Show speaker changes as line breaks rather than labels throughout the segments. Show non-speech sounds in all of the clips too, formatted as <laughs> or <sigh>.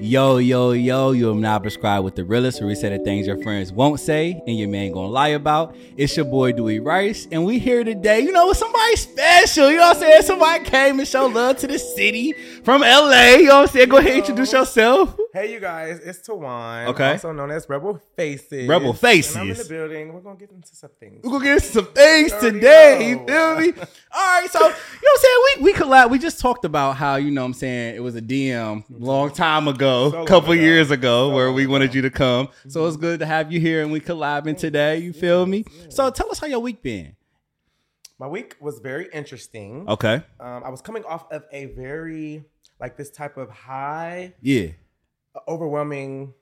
Yo, yo, yo, you are not prescribed with the realest where we say the things your friends won't say and your man gonna lie about. It's your boy Dewey Rice, and we here today, you know, with somebody special. You know what I'm saying? Somebody came and showed love to the city from LA. You know what I'm saying? Go ahead and introduce yourself.
Hey, you guys, it's Tawan.
Okay.
Also known as Rebel Faces.
Rebel Faces.
And I'm in the building. We're going to get into some things.
We're gonna get into some things
You already
today. You
know.
feel me? All right, so you know what I'm saying? We we collab. We just talked about how, you know what I'm saying, it was a DM long time ago,
So long
couple
ago.
years ago,
So
where
long
we wanted you to come.
Mm-hmm.
So it's good to have you here and we collabing today. You feel me? So tell us how your week been.
My week was very interesting.
Okay.
Um, I was coming off of a very, like, this type of high,
Yeah.
overwhelming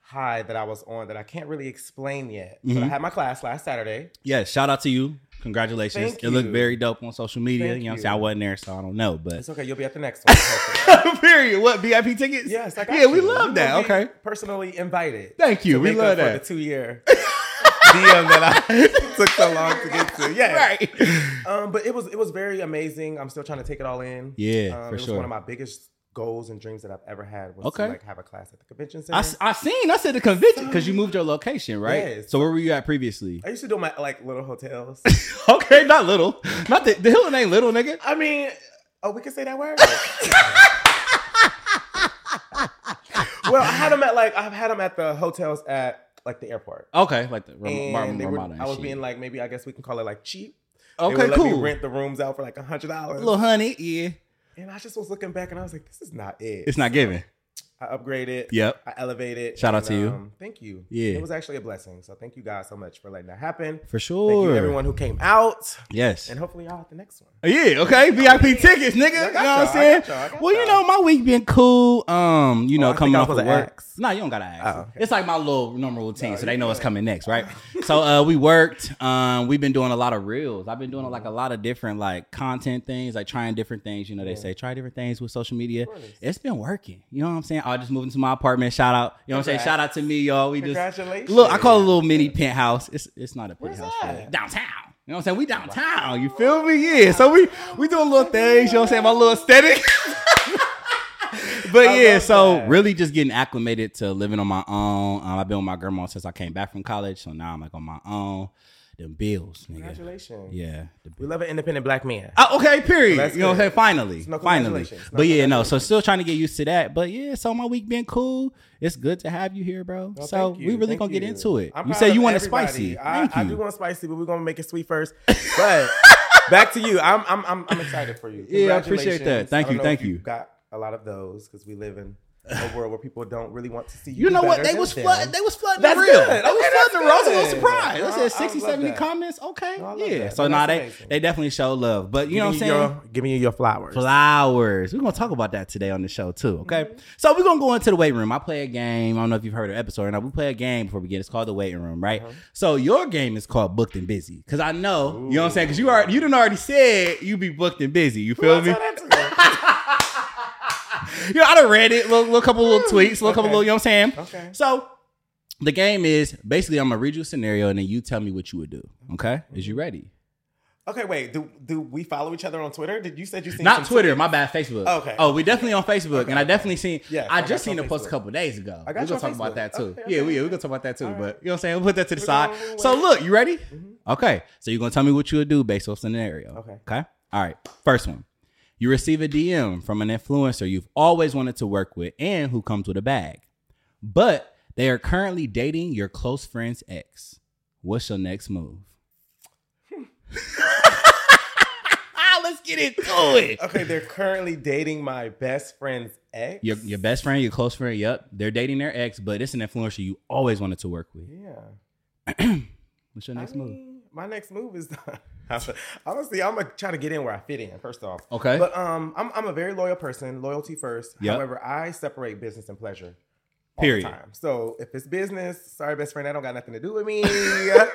high that I was on that I can't really explain yet. But I
Mhm.
had my class last Saturday.
Yeah. Shout out to you. Congratulations.
Thank
it looked
you.
very dope on social media.
Thank
you know what I'm
you.
saying? I wasn't there, so I don't know. But
It's okay. You'll be at the
<laughs>
next one. Perfect.
period. What VIP tickets?
yes, I got
Yeah, we
you.
love
You
that.
will be
Okay.
Personally invited.
Thank you.
to
We
make
love
up
that.
For
<laughs>
the two <laughs> year DM that I <laughs> took so long to get to. Yeah.
Right. <laughs>
Um, but it was it was very amazazing. I'm still trying to take it all in.
Yeah,
um,
for
it was
sure.
One of my biggest goals and dreams that I've ever had was
Okay.
to like have a class at the convention center.
I, s- I seen. I said the convention because you moved your location, right?
Yes.
So where were you at previously?
I used to do my like
<laughs>
little hotels.
okay, not little. Not the the Hilton ain't little, nigga.
I mean, oh, we can say
<laughs>
that word. well, I had them at like I've had them at the hotels at like the airport.
Okay, like the Ram-
And
Mar-
they were,
Ramada and
I was
shit.
being like, maybe I guess we can call it like cheap. They
okay,
would let me
cool.
rent the rooms out for like a hundred dollars,
Little honey, yeah.
and I just was looking back and I was like, this is not it.
It's not giving.
I upgraded.
Yep.
I elevated.
Shout out to you.
um, Thank you.
Yeah.
It was actually a blessing. So thank you guys so much for letting that happen.
For
Thank you
sure.
to everyone who came out.
Yes.
And hopefully y'all at the next one.
Yeah, okay. VIP tickets, nigga. You know
got
what I'm
y'all, I
saying?
got y'all, I got
Well, you
y'all.
know, my week been cool. Um, you
Oh,
know,
I think
coming
I
off
was
of
supposed to
work.
ask.
No, you don't gotta ask.
Oh, okay.
It's like my little normal routine, so
you
they know
good.
what's coming next,
<laughs>
right? so uh we worked. Um, we've been doing a lot of reels. I've been doing like a lot of different like content things, like trying different things. You know, they say try different things with social media.
course.
It's been working. You know what I'm saying? I just moved into my apartment. Shout out. You know what I'm saying?
Congrats.
Shout out to me, y'all. We just
Congratulations.
look. I call it a little mini penthouse. It's it's not a penthouse.
that?
really. Downtown. You know what I'm saying? We downtown. You feel me? Yeah. So we we doing little things. You know what I'm saying? My little aesthetic. <laughs> but
I
yeah,
love
so
that.
really just getting acclimated to living on my own. Um, I've been with my grandma since I came back from college, so now I'm like on my own. Them bills, nigga.
Congratulations.
Yeah. the
We love an independent black man.
Oh, okay, period.
That's
you know what I'm
good.
saying? Finally.
No,
finally.
congratulations. No,
But yeah, no, so still trying to get used to that. But yeah, so my week been cool. It's good to have you here, bro.
Well,
so
thank
we
you.
really
Thank
gonna get
you.
into it.
I'm
you
proud
say
of
you want it
everybody.
spicy.
I,
Thank
I
you.
do want spicy, but we're gonna make it
<laughs>
sweet first. But back to you. I'm I'm I'm, I'm excited for you.
Yeah, I appreciate that.
Congratulations.
Thank
I don't
you,
know
thank
if
you.
you've Got a lot of those because we live in a world where people don't really want to see you.
You
do
know what?
better
They
than
was
them.
flooding. They was flooding
That's
the reel.
good.
They
Okay,
was
that's
flooding the reel. I was a little
good.
surprised. I
I- I
said 60,
love
70
that.
comments. Okay,
No, I love
yeah.
that.
So
And
now
that's
they
amazing.
they definitely show love. But you know what I'm
Giving
saying?
Your, giving you your flowers.
Flowers. We're gonna talk about that today on the show too. Okay. So we're gonna go into the weight room. I play a game. I don't know if you've heard of the episode or not. We play a game before we get. It's called the waiting room, right?
Uh-huh.
So your game is called booked and busy. Cause I know, you know what I'm saying? Cause you already you done already said you be booked and busy. You feel
Well,
me?
I saw that
You know, I done read it, little, little couple little tweets, little couple
Okay.
little, you know what I'm saying?
too. <laughs> okay.
So the game is basically I'm gonna read you a scenario and then you tell me what you would do. Okay? Is you ready?
Okay, wait. Do do we follow each other on Twitter? Did you said you seen
Not
some
Twitter, my bad, Facebook.
Okay.
Oh, we definitely on Facebook, and I definitely seen.
Yeah,
I
I
just
got you
seen the
on
post a
Facebook.
couple days ago.
I got
we're
you
gonna
on
talk about
Facebook.
that too.
Okay,
yeah,
okay,
we yeah, we're gonna talk about that too.
All right.
But you know what I'm saying? We'll put that to the
We're
side.
gonna-
So look, you ready?
Mhm.
Okay. So you're gonna tell me what you would do based on scenario.
Okay.
Okay. All right. First one. You receive a DM from an influencer you've always wanted to work with and who comes with a bag. But they are currently dating your close friend's ex. What's your next
<laughs>
move? <laughs> Let's get into it.
Okay, they're currently dating my best friend's ex.
Your your best friend, your close friend, yep. They're dating their ex, but it's an influencer you always wanted to work with.
Yeah.
What's your
I
next move?
mean, My next move <laughs> is honestly, I'm gonna try to get in where I fit in. First off,
Okay. <laughs>
but <laughs> um, I'm I'm a very loyal person. Loyalty first.
Yep.
However, I separate business and pleasure. all the
Period.
time. So if it's business, sorry, best friend, that don't got nothing to do with
<laughs>
me. uh,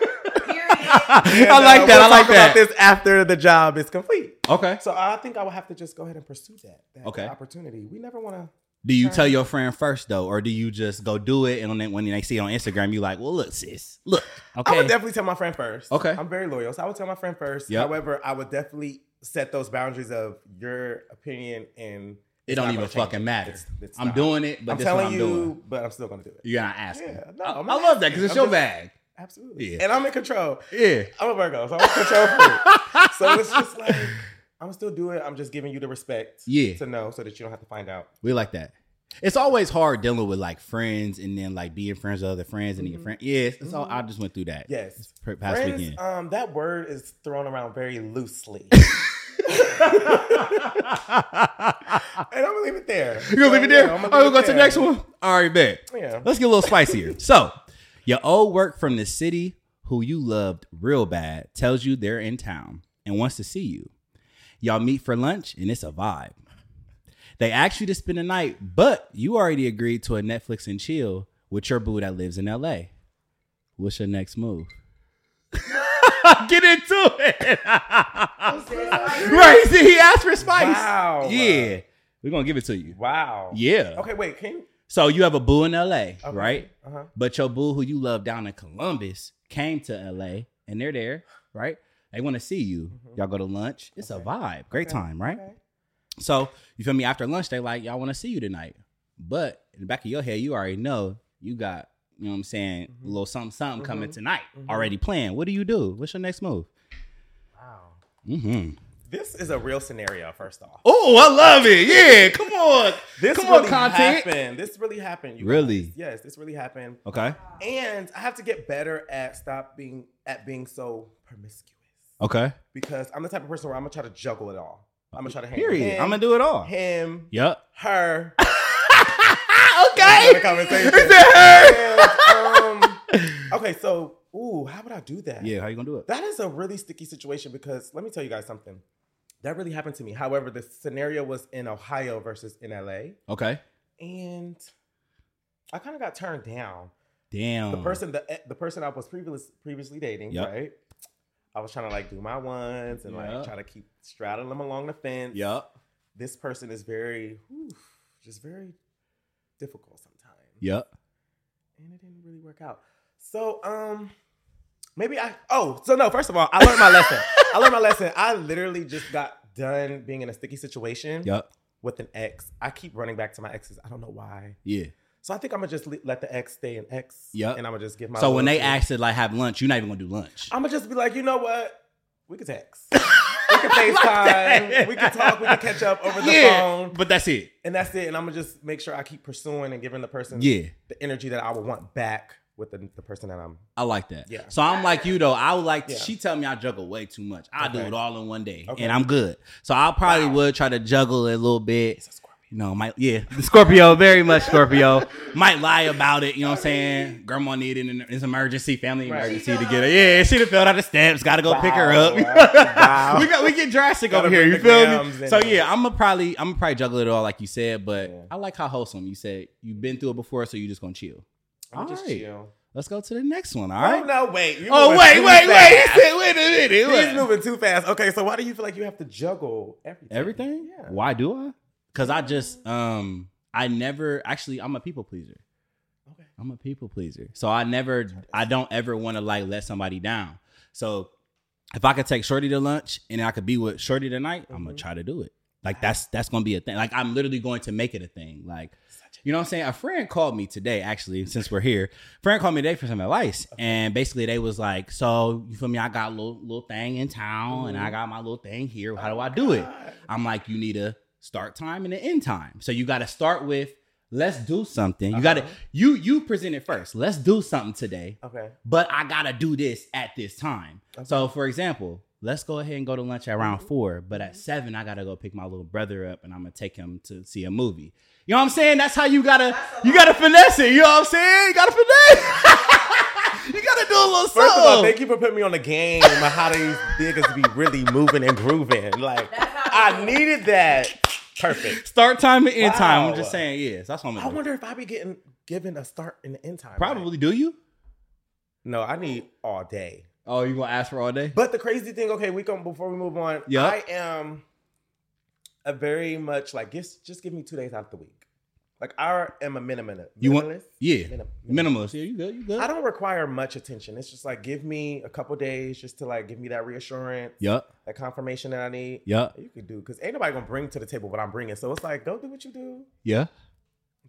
I like that. I like
About
that.
this after the job is complete.
Okay.
So I think I will have to just go ahead and pursue that, that
Okay.
opportunity. We never want to.
Do you tell your friend first though, or do you just go do it and then when they see it on Instagram, you like, well, look, sis, look.
I
Okay.
would definitely tell my friend first.
Okay.
I'm very loyal, so I would tell my friend first.
Yep.
However, I would definitely set those boundaries of your opinion and
it don't
not
even
gonna change
fucking
it.
matter.
It's- it's
I'm
not.
doing it, but
I'm
this is what
telling
I'm
you,
doing.
but I'm still gonna do it.
You're gonna ask me.
Yeah, no,
I,
I'm
I
not
love that because
asking.
it's
I'm
your
just-
bag.
Absolutely.
Yeah.
And I'm in control.
Yeah.
I'm a Virgo, so I'm in control freak. so
<laughs>
it's just like I'm still doing. it. I'm just giving you the respect.
Yeah.
To know so that you don't have to find out.
We like that. It's always hard dealing with like friends and then like being friends with other friends and then your
Mhm.
friend. Yes, it's all, I just went through that.
Yes.
per- Past
Friends,
weekend.
um, that word is thrown around
<laughs>
very loosely. And I'm gonna leave it there.
you gonna leave it there?
Yeah,
Oh,
I'ma
we
leave
gonna
it
go to the
there.
next one. All right, bet.
Yeah.
Let's get a little
<laughs>
spicier. so, your old work from the city who you loved real bad tells you they're in town and wants to see you. Y'all meet for lunch and it's a vibe. They ask you to spend the night, but you already agreed to a Netflix and chill with your boo that lives in LA. What's your next move? <laughs> get into it. <laughs>
<laughs>
right. See, he asked for spice.
Wow.
Yeah. We're going to give it to you.
Wow.
Yeah.
Okay. Wait. Can you?
So you have a boo in LA, right?
Uh huh.
But your boo who you love down in Columbus came to LA and they're there, right? They want to see you.
Mhm.
Y'all go to lunch. It's
Okay.
a vibe. Great
Okay.
time, right?
Okay.
So you feel me? After lunch, they like, y'all want to see you tonight. But in the back of your head, you already know you got, you know what I'm saying,
Mhm.
a little something, something coming
Mhm.
tonight.
Mhm.
Already planned. What do you do? What's your next move?
Wow.
Mm-hmm.
This is a real scenario. First off,
Oh, I love it. Yeah, come on.
this
Come on,
really
content.
happened. This really happened. you
Really?
guys. Yes. This really happened.
Okay.
And I have to get better at stop being at being so promiscuous
Okay.
because I'm the type of person where I'm gonna try to juggle it all. I'm gonna try to handle
Period.
Him,
I'm gonna do it all.
him, <laughs>
Yep.
her.
okay.
Another conversation.
Is it
And, um, okay, so ooh, how would I do that?
her? Yeah. How you gonna do it?
That is a really sticky situation because let me tell you guys something. That really happened to me. However, the scenario was in Ohio versus in LA.
Okay.
And I kind of got turned down.
Damn.
The person the eh, the person I was previous, previously dating,
Yep.
right? I was trying to like do my ones and
Yeah.
like try to keep straddling them along the fence.
Yep.
This person is very whew, just very difficult sometimes.
Yep.
and it didn't really work out. So, um, maybe I. Oh, so no. First of all, I learned my lesson. I learned my lesson. I literally just got done being in a sticky situation
Yep.
with an ex. I keep running back to my exes. I don't know why.
Yeah.
So I think I'm gonna just le- let the ex stay an ex.
Yup.
And I'm gonna just give my.
So when they
loyalty.
ask to like have lunch, you're not even gonna do lunch.
I'm gonna just be like, you know what? We could
<laughs>
text. we could FaceTime.
that.
we could talk. We could catch up over the
yeah.
phone.
But that's it.
And that's it. And I'm gonna just make sure I keep pursuing and giving the person
Yeah.
the energy that I would want back with the, the person that I'm.
I like that.
Yeah.
So I'm like you though. I would like.
Yeah.
She tell me I juggle way too much. I do
Okay.
it all in one day,
Okay.
and I'm good. So I probably would try to juggle it a little bit.
It's a Scorpio.
You know, might yeah, the <laughs> Scorpio, very much Scorpio. might lie about it. You know what I'm saying? Grandma needed an, it's emergency, family
Right.
emergency to
She fell
get her.
out.
Yeah, she done fell out the steps. Got to go pick her
Wow,
<laughs> up.
wow,
we got we get drastic
Gotta
over here.
bring
You
the
feel
grams
me?
in
So
there.
yeah, I'm gonna probably I'm gonna probably juggle it all like you said, but
Yeah.
I like how wholesome you said. You've been through it before, so you just gonna chill.
I'm
All
just
right.
chill.
Let's go to the next one. All
Oh
right.
no, wait. You
Oh
moving
wait,
too
wait, wait!
fast.
He said, wait a minute. It
He's
was-
moving too fast. Okay, so why do you feel like you have to juggle everything?
Everything?
Yeah.
Why do I? Because I just um I never actually I'm a people pleaser.
Okay.
I'm a people pleaser. So I never I don't ever want to like let somebody down. So if I could take Shorty to lunch and I could be with Shorty tonight, I'm gonna
Mhm.
try to do it. Like that's that's gonna be a thing. Like I'm literally going to make it a thing. Like
Such
you know what I'm saying? A friend called me today, actually, since we're here. Friend called me today for some advice. And basically they was like, So you feel me? I got a little little thing in town and I got my little thing here.
a-
How do I do it?
God.
I'm like, you need a start time and an end time. So you got to start with let's do something. You got to
Uh-huh.
you you present it first. Let's do something today,
Okay.
but I got to do this at this time.
Okay.
So for example, let's go ahead and go to lunch at around 4, but at 7 I got to go pick my little brother up and I'm going to take him to see a movie. You know what I'm saying? That's how you got to
That's a
you got to finesse it. You know what I'm saying? You got to finesse. <laughs> you got to do a little something.
First of all, thank you for putting me on the game on how these niggas be really moving and grooving. Like
That's how
I
we do it.
needed that. Perfect.
start time and end time. I'm
Wow.
just saying, yes. That's what I'm
I
going to do.
wonder if I be getting given a start and an end time. right?
Probably do you?
No, I need all day.
Oh, you going to ask for all day?
But the crazy thing, okay, we come before we move on.
Yeah.
I am a very much like just just give me two days out of the week. Like I am a minimalist.
You want-
Minimalist?
Yeah.
Minim-
Minimalist. Yeah, you good. You
I
good.
don't require much attention. It's just like give me a couple days just to like give me that reassurance,
Yup.
that confirmation that I need.
Yup.
You could do because ain't nobody gonna bring to the table what I'm bringing. So it's like go do what you do.
Yeah.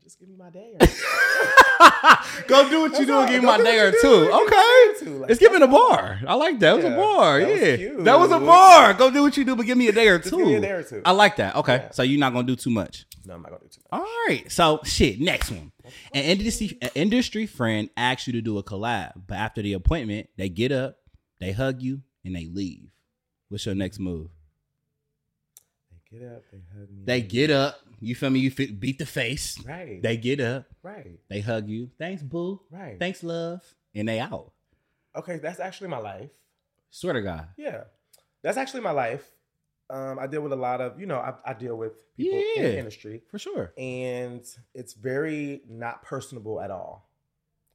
Just give me my day. Or
<laughs> Go do what you
That's
do
all.
and give me
Go
my
do
day
what
or
you
two.
do. Give me my
Okay.
day or two. Like,
It's giving a bar. I like that. It was a
Yeah.
bar.
That was
yeah.
cute.
that was a bar. Go do what you do, but give me a day or
just give me a day
two.
or two.
I like that. Okay.
Yeah.
So you're not going to do too much.
no, I'm not gonna do too much.
All right. So shit, next one. An industry an industry friend asks you to do a collab, but after the appointment, they get up, they hug you, and they leave. What's your next move?
They get up, they hug me.
They get up. You feel me? You fi- beat the face.
right,
They get up.
right,
They hug you. Thanks, boo.
right.
Thanks, love. And they out.
okay, that's actually my life.
Swear to God.
Yeah, that's actually my life. Um, I deal with a lot of you know I, I deal with people in
Yeah.
the industry,
For sure.
and it's very not personable at all.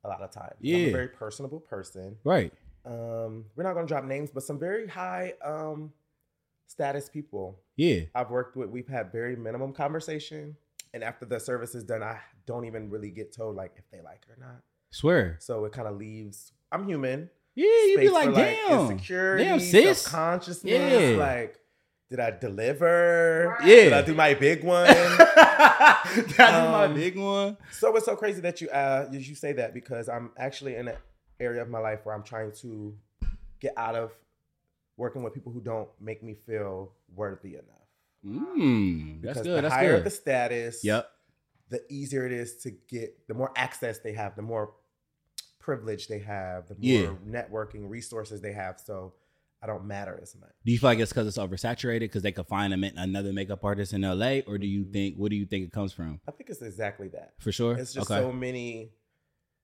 A lot of times, I'm
Yeah.
a very personable person.
Right.
Um, we're not gonna drop names, but some very high um status people
Yeah.
I've worked with, we've had very minimum conversation. And after the service is done, I don't even really get told like if they like it or not.
Swear.
So it kind of leaves I'm human.
Yeah, you'd be
space
like,
for,
damn. <laughs>
insecurity,
Damn, sis.
self-consciousness.
Yeah.
Like, did I deliver?
Yeah.
Did I do my
<laughs>
big one?
That is my
Um,
big one.
so it's so crazy that you uh you- you say that because I'm actually in an area of my life where I'm trying to get out of working with people who don't make me feel worthy enough.
Mm, that's
Because
good.
The
That's
higher
good.
the status,
Yep.
the easier it is to get the more access they have the more privilege they have the more
Yeah.
networking resources they have so i don't matter as much
Do you feel like it's because it's oversaturated because they could find them in another makeup artist in LA, or do you
Mhm.
think what do you think it comes from?
i think it's exactly that
For sure.
it's just so many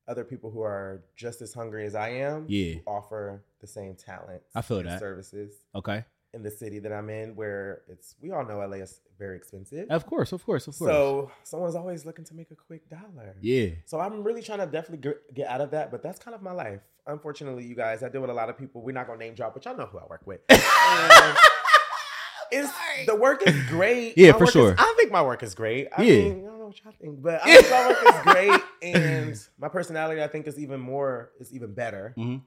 other people who are just as hungry as i am
Yeah.
who offer the same talent
I feel
and
that.
services
okay.
in the city that i'm in where it's we all know la is very expensive
Of course. Of course. Of course.
so someone's always looking to make a quick dollar
yeah.
So I'm really trying to definitely get, get out of that, but that's kind of my life. Unfortunately, you guys, I deal with a lot of people. We're not gonna name drop, but y'all know who I work with. And it's, the work is great.
Yeah,
My
for
work is-
sure.
I think my work is great. I
Yeah.
mean, I don't know what y'all think, but I think my work is great,
<laughs>
and my personality, I think, is even more, is even better.
Mhm.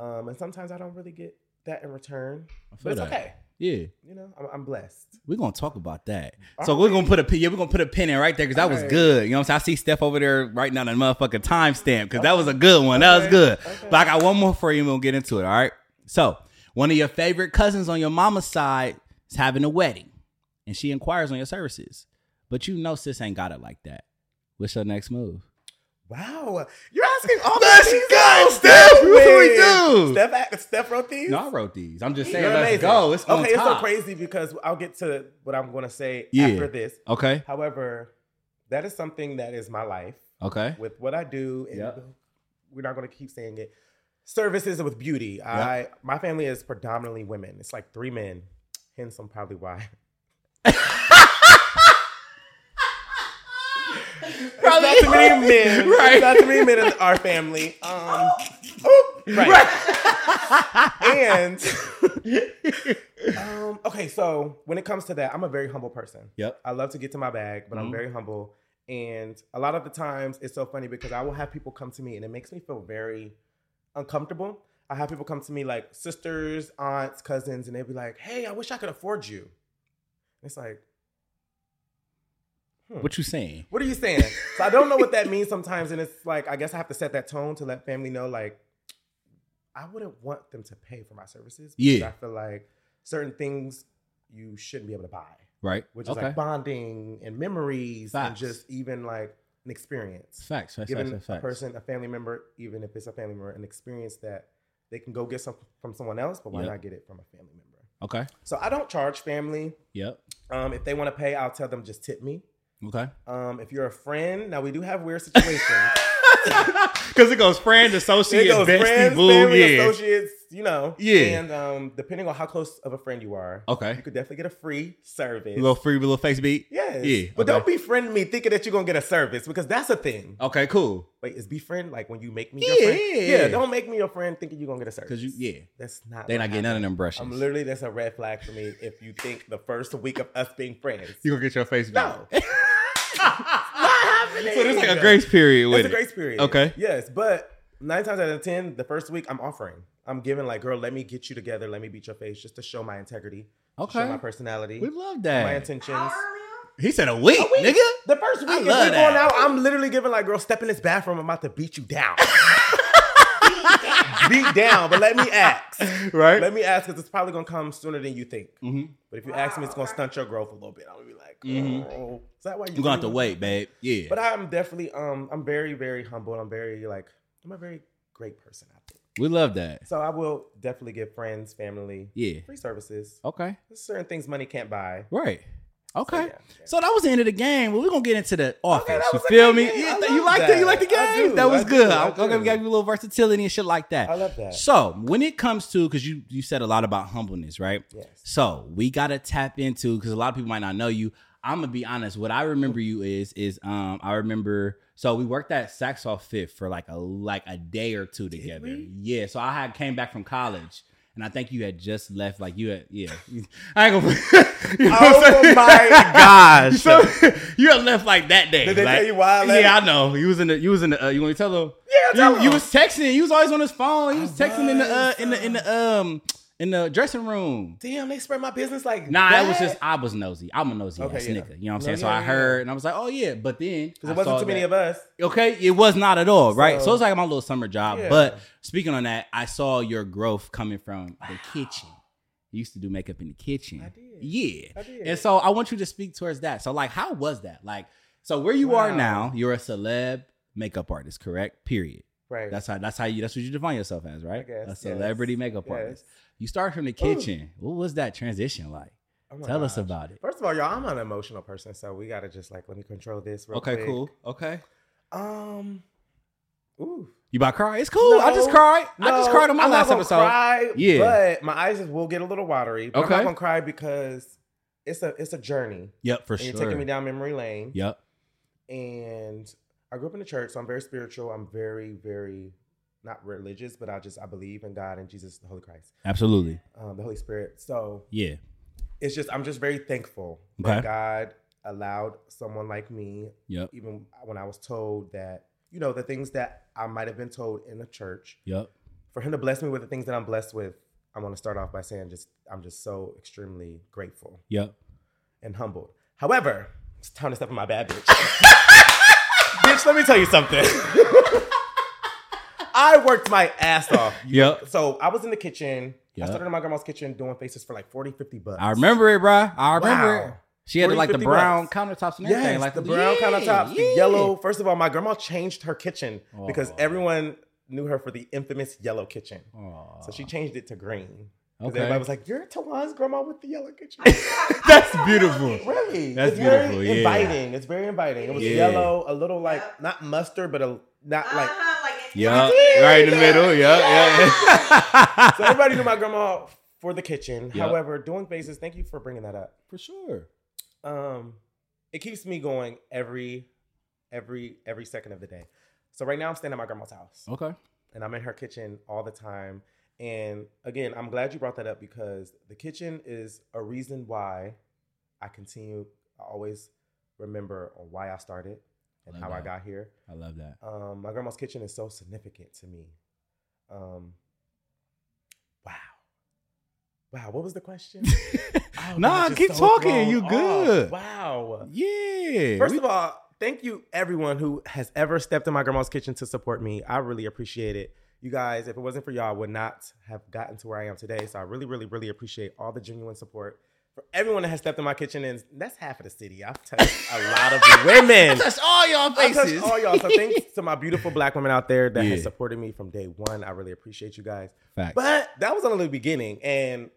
Um, and sometimes I don't really get that in return,
I feel
but it's
that.
okay.
Yeah.
You know, I'm, I'm blessed.
We're gonna talk about that.
All
so we're gonna put a pin- yeah, we're gonna put a pin in right there because that was
Alright.
good. You know what I'm saying? I see Steph over there writing down a motherfucking timestamp because that was a good one. That was
Okay.
good.
Okay.
But I got one more for you and we'll get into it. All right. So one of your favorite cousins on your mama's side is having a wedding and she inquires on your services. But you know sis ain't got it like that. What's your next move?
Wow, you're asking all
Let's
the things
go,
I don't
Steph!
deal
What we do?
with. Steph, Steph wrote these.
No, I wrote these. I'm just saying,
You're
let's
amazing.
go. It's on
okay, it's so
top.
crazy because I'll get to what I'm going to say
Yeah.
after this.
Okay.
However, that is something that is my life
Okay.
with what I do, and
Yep.
we're not going to keep saying it. Services with beauty. I my family is predominantly women. It's like three men, hence I'm probably why. <laughs>
Probably-
it's not too many
<laughs>
men.
Right.
It's not too many men in our family.
<laughs>
Um, right. <laughs> and um, okay, so when it comes to that, I'm a very humble person.
Yep.
I love to get to my bag, but
Mhm.
I'm very humble. And a lot of the times, it's so funny because I will have people come to me, and it makes me feel very uncomfortable. I have people come to me like sisters, aunts, cousins, and they'll be like, "Hey, I wish I could afford you." It's like,
What you saying?
what are you saying? so I don't know what that means sometimes, and it's like I guess I have to set that tone to let family know like I wouldn't want them to pay for my services. because
Yeah.
I feel like certain things you shouldn't be able to buy,
Right.
which is
okay.
like bonding and memories and
Facts.
just even like an experience.
Facts. Facts.
Giving
facts, facts,
a
facts.
person, a family member, even if it's a family member, an experience that they can go get some from someone else, but why
Yep.
not get it from a family member?
Okay.
So I don't charge family.
Yep.
Um, if they want to pay, I'll tell them just tip me.
<laughs> Okay.
Um, if you're a friend, now we do have weird
<laughs>
situations.
Because it goes friend, associate,
It goes
bestie,
friends,
boo,
family,
yeah.
associates, you know.
Yeah.
And um, depending on how close of a friend you are,
Okay.
you could definitely get a free service.
Little free, little face beat.
yes.
Yeah,
But
okay.
don't befriend me thinking that you're gonna get a service because that's a thing.
Okay, cool.
Wait, is befriend like when you make me
Yeah,
your friend?
yeah, yeah.
Don't make me your friend thinking you're gonna get a service.
Because you, yeah,
That's not.
they
what
not getting none of
happened.
them brushes.
I'm literally that's a red flag for me if you think the first week of us being friends. <laughs>
you gonna get your face beat.
No.
not happening.
nigga.
So there's like a grace period with
It's a
it.
grace period.
Okay.
Yes, but nine times out of ten, the first week I'm offering. I'm giving like, girl, let me get you together, let me beat your face, just to show my integrity, to show
Okay.
my personality,
we love
my
that.
intentions.
He said a week,
A week.
nigga.
The first week, if we
love
going
that.
out, I'm literally giving like, girl, step in this bathroom, I'm about to beat you down. beat down, but let me ask.
Right.
Let me ask, because it's probably gonna come sooner than you think.
Mhm.
But if you ask me, it's gonna stunt your growth a little bit. I'm gonna be like,
Mhm.
girl, is that why you?
You're gonna have to
do
wait, babe. Yeah.
But I'm definitely um I'm very very humble. and I'm very like I'm a very great person. I think.
we love that.
So I will definitely give friends, family,
Yeah.
free services.
Okay.
There's certain things money can't buy.
Right. Okay. So,
So, yeah, yeah.
that was the end of the game. Well, we're gonna get into the offense.
that
you
was a
feel
great
me?
game.
Yeah,
I
th- you
love
like that. You
that.
like the
I
game?
do,
that was
I do,
good.
I
okay, we
do.
gave you a little versatility and shit like that.
I love that.
So when it comes to because you you said a lot about humbleness, right?
yes.
So we gotta tap into because a lot of people might not know you. I'm gonna be honest. What I remember you is is um I remember so we worked at Saks Off Fifth for like a like a day or two together.
we?
Yeah. So I had came back from college. And I think you had just left, like you had, yeah. <laughs> I ain't gonna. <laughs> you know what I'm
Oh
saying? <laughs>
my gosh.
So <laughs> you had left like that day.
Did they
like-
tell you why I left?
Yeah, I know. You was in the. You was in the. Uh, you want to tell them?
Yeah, tell
you,
them.
you was texting. You was always on his phone. You was
I
texting in the uh,
was,
in the in the um in the dressing room.
Damn, they spread my business like
Nah,
that?
it was just I was nosy. I'm a nosy
Okay,
ass
yeah.
nigga. You know what I'm
No,
saying? so
yeah,
I
yeah,
heard and I was like, oh yeah. But then
because it wasn't too many of us.
Okay, it was not at all, right? So,
So-
it's like my little summer job.
Yeah.
But speaking on that, I saw your growth coming from the kitchen. You used to do makeup in the kitchen.
I did.
Yeah.
I did.
And so I want you to speak towards that. So like, how was that? Like, so where you are
Wow.
now, you're a celeb makeup artist, correct? Period.
right.
That's how. That's how you. That's what you define yourself as,
I
right?
guess,
a
yes.
celebrity makeup
Yes.
artist. You start from the kitchen. What was that transition like?
Oh my
Tell us
gosh.
about it.
First of all, y'all, I'm an emotional person, so we gotta just like let me control this. Real
Okay,
quick.
cool. Okay.
Um, ooh,
You about to cry? It's cool. I just
No,
cried. I just
No,
cried on my
I'm not
last
gonna
episode.
Cry,
Yeah.
but my eyes just will get a little watery. But I'm
Okay.
not gonna cry because it's a it's a journey,
Yep, for
and
sure.
you're taking me down memory lane.
Yep.
And I grew up in the church, so I'm very spiritual. I'm very very not religious, but I just I believe in God and Jesus, the Holy Christ,
Absolutely.
um, the Holy Spirit. So
Yeah.
it's just I'm just very thankful
Okay.
that God allowed someone like me,
Yep.
even when I was told that you know the things that I might have been told in the church.
Yep.
for him to bless me with the things that I'm blessed with, I want to start off by saying just I'm just so extremely grateful
Yep.
and humbled. However, it's time to step in my bad bitch. <laughs> bitch, let me tell you something. <laughs> I worked my ass off.
Yep.
So I was in the kitchen.
Yeah.
I started in my grandma's kitchen doing faces for like 40, 50 bucks.
I remember it, bruh. I remember it.
Wow.
She had
40,
like the
50
brown
bucks.
countertops and
Yes,
everything. like
the brown
yeah,
countertops,
yeah.
the yellow. First of all, my grandma changed her kitchen because
Aw.
everyone knew her for the infamous yellow kitchen.
Aw.
So she changed it to green. Because
Okay.
everybody was like, "You're Tawan's grandma with the
<laughs>
yellow kitchen."
That's beautiful.
really?
That's
it's
beautiful,
Very
yeah.
Inviting. It's very inviting. It was
Yeah.
yellow, a little like not mustard, but a not like.
Yup. Right in the middle. Yup. <laughs> Yeah.
<laughs> So everybody knew my grandma for the kitchen.
Yeah.
However, doing faces. Thank you for bringing that up.
For sure.
Um, it keeps me going every, every, every second of the day. So right now I'm standing at my grandma's house.
Okay.
and I'm in her kitchen all the time. And again, I'm glad you brought that up because the kitchen is a reason why I continue. I always remember on why I started and
Love
how I
that.
got here.
I love that.
<laughs> Um, my grandma's kitchen is so significant to me. Um, wow, wow. What was
<laughs>
the question? Oh, you
Nah,
were just
keep
so
talking.
thrown
You
off.
good.
Wow.
Yeah.
First
We-
of all, thank you everyone who has ever stepped in my grandma's kitchen to support me. I really appreciate it. You guys, if it wasn't for y'all, I would not have gotten to where I am today. So I really, really, really appreciate all the genuine support for everyone that has stepped in my kitchen. And that's half of the city. I've touched a
<laughs>
lot of women.
touched all y'all
I touched all y'all. So
<laughs>
thanks to my beautiful black women out there that
Yeah.
has supported me from day one. I really appreciate you guys.
Facts.
But that was only the beginning. And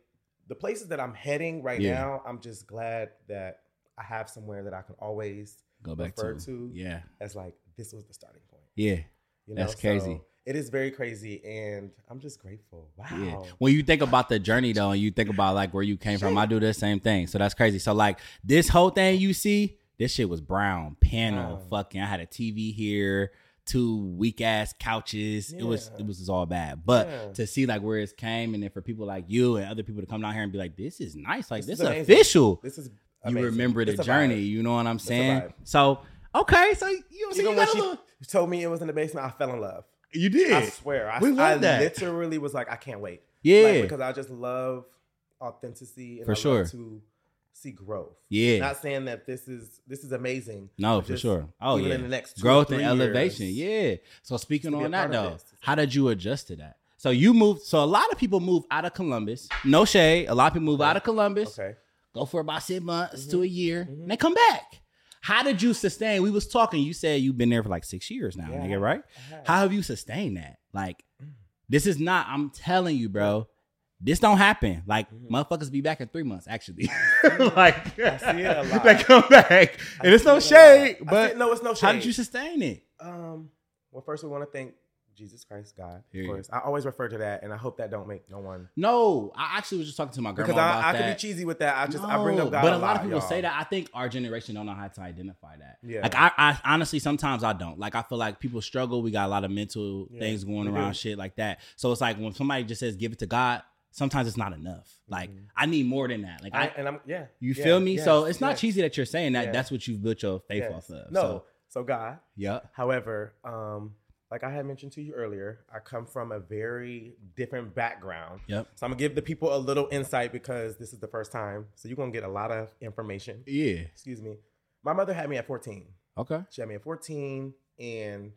the places that I'm heading right
Yeah.
now, I'm just glad that I have somewhere that I can always
Go back
refer
to.
to.
Yeah.
as like this was the starting point.
Yeah.
You know?
That's crazy.
So it is very crazy, and I'm just grateful. Wow.
Yeah. When you think about the journey though, and you think about like where you came from, I do the same thing. So that's crazy. So like this whole thing you see, this shit was brown panel.
Wow.
Fucking, I had a TV here, two weak ass couches. It was
Yeah.
it was just all bad. But
Yeah.
to see like where it came, and then for people like you and other people to come down here and be like, this is nice, like
This
this,
is
is
amazing.
official.
This is
you
amazing.
remember the
It's a
journey.
vibe.
You know what I'm
a
saying?
vibe.
So Okay, so you know what I'm saying?
Even
You,
when
got a
she
little-
told me it was in the basement, I fell in love.
you
I
did.
swear. I,
We love
I
that.
literally was like, I can't wait.
Yeah.
Like, because I just love authenticity and
For
I love
sure.
to see growth.
yeah.
Not saying that this is this is amazing.
no,
but
for
just
sure. Oh,
even
yeah.
in the next two or
growth and
three
elevation.
years.
Yeah. So speaking
to be
on
a
that
part of
though,
this.
how did you adjust to that? So you moved. So a lot of people move out of Columbus. No shade. A lot of people move
Okay.
out of Columbus,
Okay.
go for about six months
Mhm.
to a year,
Mhm.
and they come back. How did you sustain? We was talking. You said you've been there for like six years now,
Yeah.
nigga, right?
Uh-huh.
How have you sustained that? Like,
Mm.
this is not. I'm telling you, bro. This don't happen. Like
Mhm.
motherfuckers be back in three months. <laughs> Actually, like
I see it a
<laughs>
lot.
they come back,
I
and it's
see it a
no
lot.
shade.
I see-
But
no, it's no shade.
how did you sustain it?
Um. Well, first we want to thank Jesus Christ, God. Of
Period.
course, I always refer to that, and I hope that don't make no one
No, I actually was just talking to my grandma
because
about
I, I
that.
could be cheesy with that. I just I bring
No,
up God,
but a lot of people
y'all.
say that. I think our generation don't know how to identify that.
Yeah.
Like I, I honestly sometimes I don't. Like I feel like people struggle. We got a lot of mental
Yeah,
things going
we
around,
do.
shit like that. So it's like when somebody just says give it to God, sometimes it's not enough. Like
Mhm.
I need more than that. Like
I,
I,
and I'm yeah.
you
yeah,
feel me? so
yes,
it's not
yes,
cheesy that you're saying that.
Yeah.
That's what you've built your faith
yes.
off of.
No,
So,
so God.
yeah.
However, um, like I had mentioned to you earlier, I come from a very different background.
Yep.
So I'm gonna give the people a little insight because this is the first time. So you're gonna get a lot of information.
Yeah.
Excuse me. My mother had me at 14.
Okay.
She had me at 14, and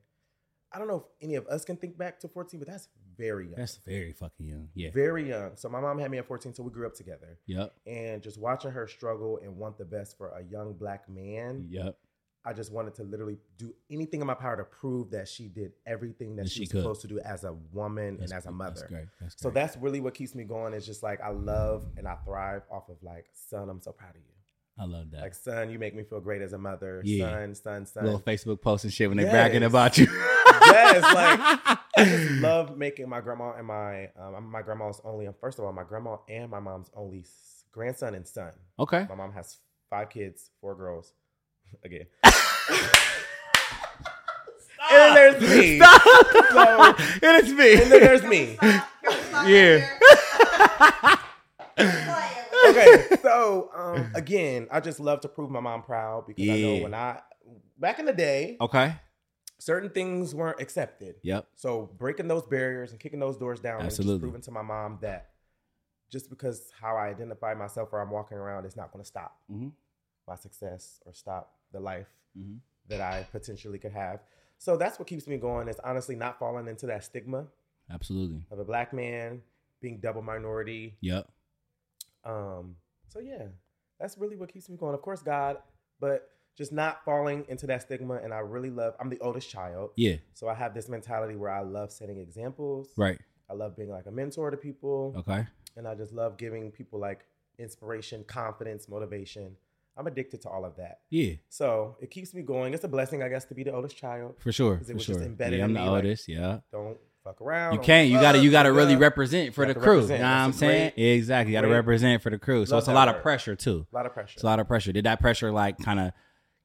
I don't know if any of us can think back to 14, but that's very young.
That's very fucking young. Yeah.
very young. So my mom had me at 14, so we grew up together.
Yep.
And just watching her struggle and want the best for a young black man,
Yep.
I just wanted to literally do anything in my power to prove that she did everything that
That
she,
she
was
could.
supposed to do as a woman and as a mother.
That's great. That's great.
So that's really what keeps me going. Is just like I love and I thrive off of like, son, I'm so proud of you.
I love that.
Like, son, you make me feel great as a mother.
Yeah.
Son, son, son.
little Facebook posts and shit when they
Yes.
bragging about you.
<laughs>
<laughs>
Yes, like, I just love making my grandma and my um, I'm my grandma's only first of all my grandma and my mom's only s- grandson and son.
okay.
My mom has five kids, four girls. <laughs> Again, and then there's
<laughs>
me.
Stop.
<laughs> So-
it is
And then
me.
there's me.
Yeah. <laughs>
Okay, so um, again, I just love to prove my mom proud because I know
Yeah. Oh.
when I back in the day,
<laughs> okay.
certain things weren't accepted.
Yep.
So breaking those barriers and kicking those doors down
Absolutely.
and just proving to my mom that just because how I identify myself or I'm walking around is not going to stop
Mhm.
my success or stop the life
Mhm.
that I potentially could have. So that's what keeps me going is honestly not falling into that stigma
Absolutely.
of a black man being double minority.
Yep.
Um, so yeah, that's really what keeps me going. Of course, God, but just not falling into that stigma. And I really love, I'm the oldest child.
Yeah.
So I have this mentality where I love setting examples.
Right.
I love being like a mentor to people,
Okay.
and I just love giving people like inspiration, confidence, motivation. I'm addicted to all of that,
Yeah.
so it keeps me going. It's a blessing, I guess, to be the oldest child.
For sure.
'Cause it
For
was
sure.
just embedded
yeah, I'm
in
the
me, like,
oldest. yeah.
Don't fuck around.
You
don't
can't. You
fuck,
gotta. You gotta
fuck
really
up.
represent for
You
the
have to
crew. You know
represent.
what I'm
That's a
saying?
great-
Exactly. You gotta
great-
represent for the crew. So
Love
it's a
that
lot of
word.
pressure too.
A lot of pressure.
It's a lot of pressure. Did that pressure like kind of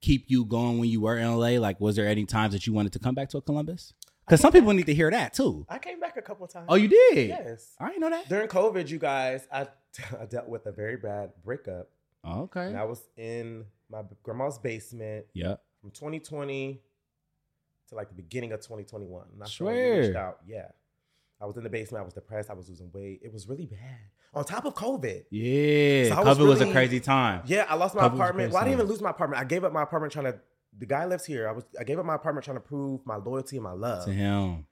keep you going when you were in LA? Like, was there any times that you wanted to come back to a Columbus? Because some people need to hear that too.
I came back a couple times.
Oh, you did.
Yes.
I didn't know that.
During COVID, you guys, I, <laughs> I dealt with a very bad breakup,
Oh, okay.
and I was in my grandma's basement
Yeah.
from 2020 to like the beginning of 2021. And that's when
Swear.
we reached out. Yeah. I was in the basement. I was depressed. I was losing weight. It was really bad. On top of COVID.
Yeah.
So I
COVID
was
was a
really-
crazy time.
Yeah, I lost my
Covid was
apartment. Well, I
crazy.
didn't even lose my apartment. I gave up my apartment trying to. The guy lives here. I was. I gave up my apartment trying to prove my loyalty and my love.
To him.
And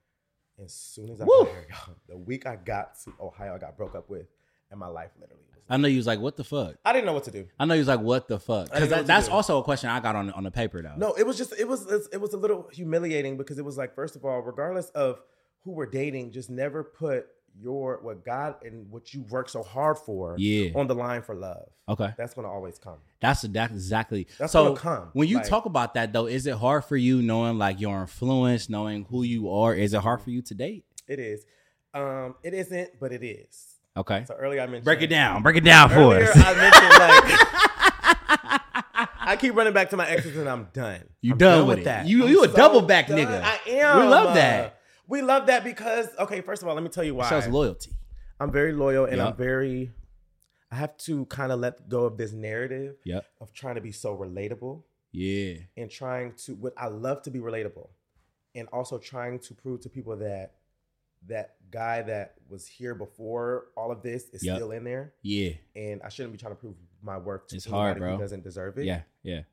as soon as I
Woo.
got here, <laughs> y'all, the week I got to Ohio, I got broke up with, and my life literally. Was,
I know you was like, what the fuck?
I didn't know what to do.
I know you was like, what the fuck?
I didn't
Because
know what to
that's
do.
also a question I got on on the paper though.
No, it was just it was it was a little humiliating because it was like first of all, regardless of who we're dating, just never put your what God and what you work so hard for
Yeah.
on the line for love.
Okay.
That's gonna always come.
That's that's exactly.
That's
so
gonna come.
when you
Like-
talk about that though, is it hard for you knowing like your influence, knowing who you are? Is it hard for you to date?
It is. Um, it isn't, but it is.
Okay.
So earlier I mentioned
Break it down. Break it down for
<laughs> Earlier
us.
I mentioned like
<laughs>
I keep running back to my exes and I'm done.
You
I'm
done with it. You- you a double back nigga.
I am. uh,
We love that.
We love that because okay, first of all, let me tell you why.
Shows loyalty.
I'm very loyal and I'm
Yup.
very I have to kind of let go of this narrative
Yep.
of trying to be so relatable.
Yeah.
and trying to what I love to be relatable and also trying to prove to people that that guy that was here before all of this is
Yep.
still in there
Yeah.
and I shouldn't be trying to prove my worth to
It's hard,
anybody
bro.
who doesn't deserve it.
Yeah. Yeah.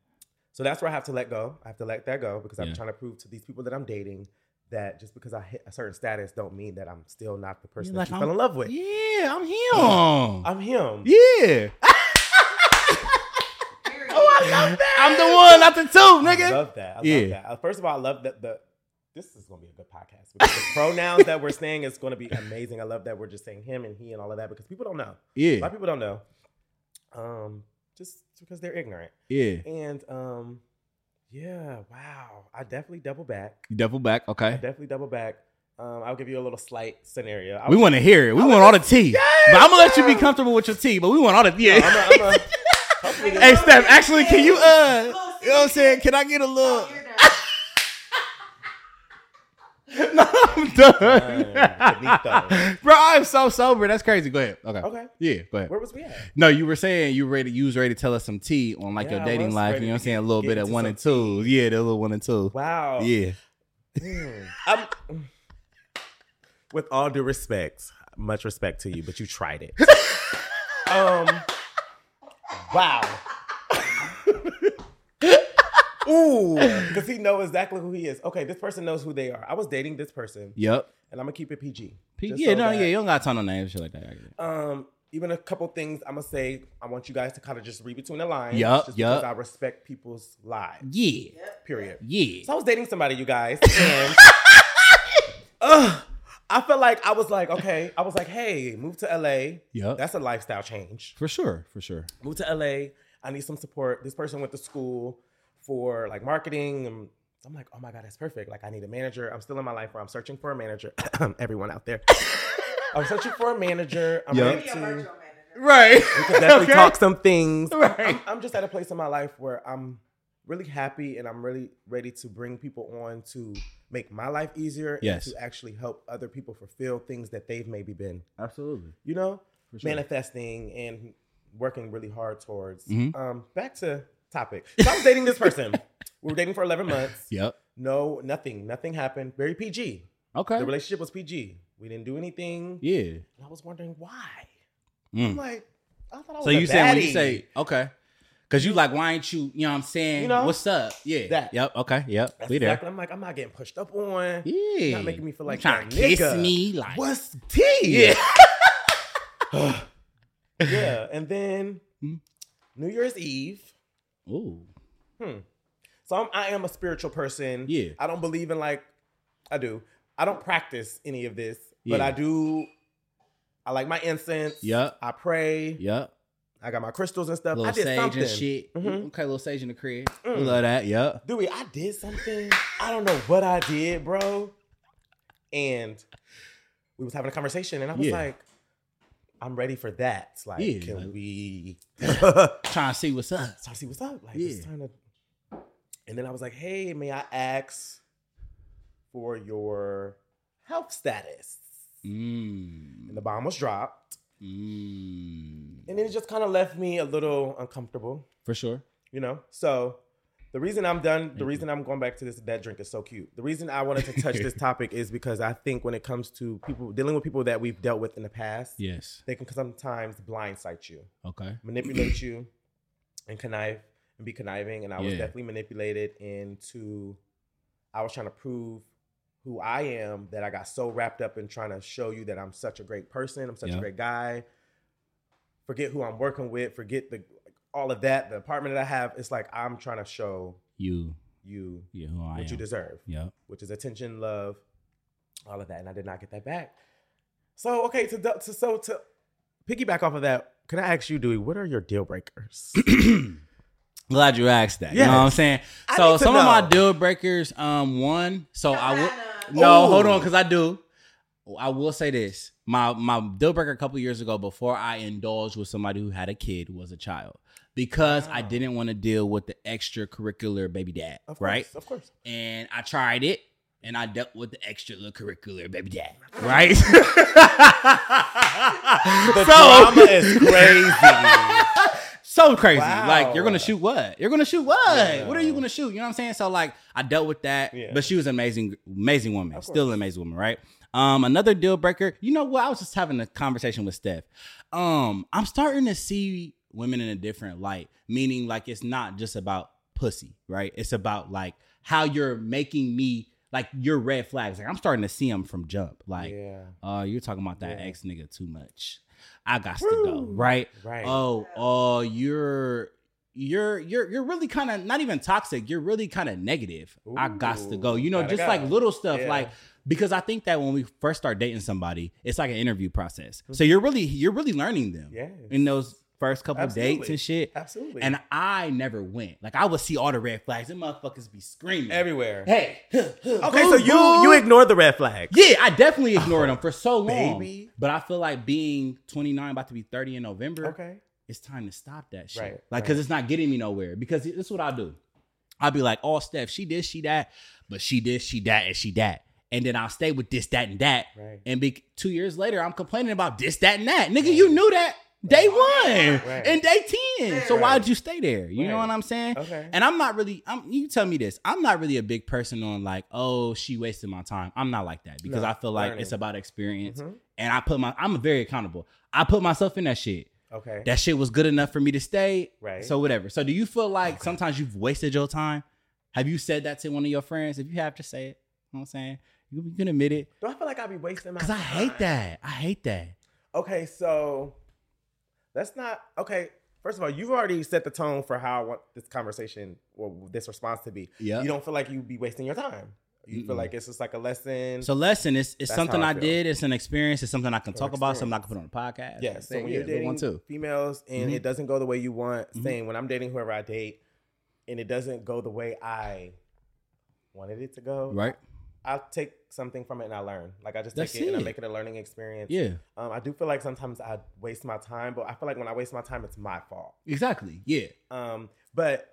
So that's where I have to let go. I have to let that go because I'm
Yeah.
trying to prove to these people that I'm dating that just because I hit a certain status don't mean that I'm still not the person
like,
that you
I'm-
fell in love with.
Yeah. I'm him.
I'm him.
yeah.
Oh, I love that.
I'm the one, not the two,
I
nigga.
love that. I
Yeah.
love that. Uh, First of all, I love that the this is gonna be a good podcast.
<laughs>
Because the pronouns that we're saying is gonna be amazing. I love that we're just saying him and he and all of that because people don't know. A lot
Yeah.
of people don't know. Um, just because they're ignorant.
Yeah.
And um, yeah, wow. I definitely double back.
You double back.
I
Okay.
definitely double back. Um, I'll give you a little slight scenario. I
We
was-
want to hear it. We
I
want
was-
all the tea. But I'm gonna let you be
girl.
comfortable with your tea. But we want all the yeah.
I'm
<laughs>
a, I'm a, hopefully this-
hey, Steph. Actually, can you uh, you know what I'm saying? Can I get a little? No, <laughs> I'm done. <laughs>
Done.
Bro, I'm so sober. That's crazy. Go ahead. Okay.
okay.
Yeah, go ahead.
Where was we at?
No, you were saying you ready. You was ready to tell us some tea on like
Yeah,
your
I
dating
was
life. You know
ready to
what I'm saying? A
get-
little
get
bit of
into
one
some
and two. Yeah, the little one and two.
Wow.
Yeah.
Mm. <laughs> I'm, with all due respect, much respect to you, but you tried <laughs> it. um, <laughs> wow. Ooh, because he knows exactly who he is. Okay, this person knows who they are. I was dating this person,
Yep.
and I'm gonna keep it PG.
P-
Just
yeah.
so
no.
that-
yeah. You don't got a ton of names, shit like that. I get it.
Um, even a couple things I'm gonna say. I want you guys to kind of just read between the lines.
Yup,
just
yup.
Because I respect people's lives.
Yeah.
Period.
Yeah.
So I was dating somebody, you guys, and Ugh, I felt like I was like, okay, I was like, hey, move to LA.
Yup.
That's a lifestyle change.
For sure. For sure.
Move to LA. I need some support. This person went to school for like marketing. And I'm like, oh my God, that's perfect. Like, I need a manager. I'm still in my life where I'm searching for a manager. <coughs> Everyone out there. I'm searching for a manager. I'm
Yup.
ready to
Right.
<laughs>
<laughs>
definitely talk some things.
Right.
I'm just at a place in my life where I'm really happy and I'm really ready to bring people on to make my life easier
Yes.
and to actually help other people fulfill things that they've maybe been,
Absolutely.
you know,
For sure.
manifesting and working really hard towards.
Mhm.
Um, back to topic. So I was dating this person.
<laughs>
we were dating for 11 months.
Yep.
No, nothing. Nothing happened. Very PG.
Okay.
The relationship was PG. We didn't do anything.
yeah.
And I was wondering why. I'm
Mm.
like, I thought I was
So
a
you saying when you
Oh, baddie.
say okay, because you like why ain't you? You know what I'm saying?
You know?
What's up? Yeah.
That.
Yep. Okay. Yep.
That's
we there.
exactly. I'm like, I'm not getting pushed up on.
Yeah.
Not making me feel like
trying to
that
kiss
nigga.
me. Like
<laughs> What's tea?
Yeah.
<laughs> yeah. And then
Mhm.
New Year's Eve.
Ooh.
So I'm, I am a spiritual person.
Yeah.
I don't believe in like, I do. I don't practice any of this, but
Yeah.
I do. I like my incense.
Yep.
I pray.
Yep.
I got my crystals and stuff.
Little
I did
sage
something.
and shit. Mm-hmm.
Mhm.
Okay. Little sage in the crib. We
Mm.
love that. Yep.
Dewey, I did something. I don't know what I did, bro. And we was having a conversation, and I was
Yeah.
like, I'm ready for that. Like,
Yeah,
can
like- <laughs>
we so
Trying to see what's up.
I see what's up? Like
Yeah.
it's time to and then I was like, hey, may I ask for your health status? And
Mmm.
the bomb was dropped.
Mmm.
And it just kind of left me a little uncomfortable,
For sure.
you know? So the reason I'm done,
Thank
the
you.
reason I'm going back to this, that drink is so cute. The reason I wanted to touch
<laughs>
this topic is because I think when it comes to people dealing with people that we've dealt with in the past,
Yes.
they can sometimes blindsight you,
Okay.
manipulate you, and connive and be conniving. And I was
Yeah.
definitely manipulated into. I was trying to prove who I am that I got so wrapped up in trying to show you that I'm such a great person, I'm such
Yeah.
a great guy. Forget who I'm working with, forget the all of that, the apartment that I have. It's like I'm trying to show
You.
you
Yeah. Who I
what you
am.
deserve
Yep.
which is attention, love, all of that, and I did not get that back. So okay, to, to so to piggyback off of that, can I ask you, Dewey, what are your deal breakers?
<clears throat> Glad you asked that. You know what I'm
Yes.
saying?
I
So
need to
some of my
know.
deal breakers, um, one, so <laughs> I would
Ooh.
no, hold on, because I do. I will say this. My my deal breaker a couple years ago before I indulged with somebody who had a kid was a child. Because I
Wow.
didn't want to deal with the extracurricular baby dad.
Of course,
right?
of
<laughs>
course.
And I tried it and I dealt with the extracurricular baby dad. Right? <laughs>
The drama is crazy.
so crazy.
Wow.
Like you're gonna shoot what? You're gonna shoot what?
Yeah.
What are you gonna shoot? You know what I'm saying? So like I dealt with that,
Yeah.
but she was an amazing, amazing woman.
Of course.
Still an amazing woman, right? Um, another deal breaker. You know what? I was just having a conversation with Steph. Um, I'm starting to see women in a different light, meaning like it's not just about pussy, right? It's about like how you're making me like your red flags. Like I'm starting to see them from jump. Like,
yeah.
oh, you're talking about that
Yeah.
ex nigga too much. I got to go,
Woo.
right?
Right.
oh oh you're you're you're you're really kind of not even toxic you're really kind of negative i got to
Ooh,
go you know
gotta
just
go.
like little stuff
Yeah.
like because i think that when we first start dating somebody it's like an interview process
Mm-hmm.
so you're really you're really learning them
yeah.
in those first couple dates
Absolutely.
and shit
Absolutely.
and i never went like i would see all the red flags and motherfuckers be screaming
everywhere.
hey
<laughs> Okay, so you you ignore the red flag.
yeah, I definitely ignored them for so long.
baby.
But I feel like being 29, about to be 30 in November,
Okay.
it's time to stop that shit.
Right,
like, because it's not getting me nowhere. Because this is what I'll do. I'll be like, oh, Steph, she this, she that, but she this, she that, and she that. And then I'll stay with this, that, and that.
Right.
And be, two years later, I'm complaining about this, that, and that. Nigga,
Right.
you knew that day one
Right.
and day 10. So
Right.
why'd you stay there? You know
Right.
what I'm saying?
Okay.
And I'm not really, I'm, you tell me this. I'm not really a big person on like, oh, she wasted my time. I'm not like that because
No,
I feel like
learning.
it's about experience.
Mhm.
And I put my, I'm very accountable. I put myself in that shit.
Okay.
That shit was good enough for me to stay.
right.
So whatever. So do you feel like sometimes you've wasted your time? Have you said that to one of your friends? If you have, just say it. You know what I'm saying? You, you can admit it.
do I feel like I'd be wasting my
Cause I hate
time?
that. I hate that.
Okay, so that's not okay. First of all, you've already set the tone for how I want this conversation or this response to be.
Yeah.
You don't feel like you'd be wasting your time. You
Mm-mm.
feel like it's just like a lesson.
So lesson, it's, it's
That's
something
how I
I,
feel.
did. It's an experience. It's something I can
It's
talk
an
about. Something I can put on a podcast.
yeah, so when you're
good
dating
one too.
females and
Mhm.
it doesn't go the way you want,
Mhm.
saying when I'm dating whoever I date and it doesn't go the way I wanted it to go,
Right?
I'll take something from it and I learn. Like I just
That's
take it, and I
it.
make it a learning experience.
Yeah.
Um, I do feel like sometimes I waste my time, but I feel like when I waste my time, it's my fault.
Exactly. Yeah.
Um, but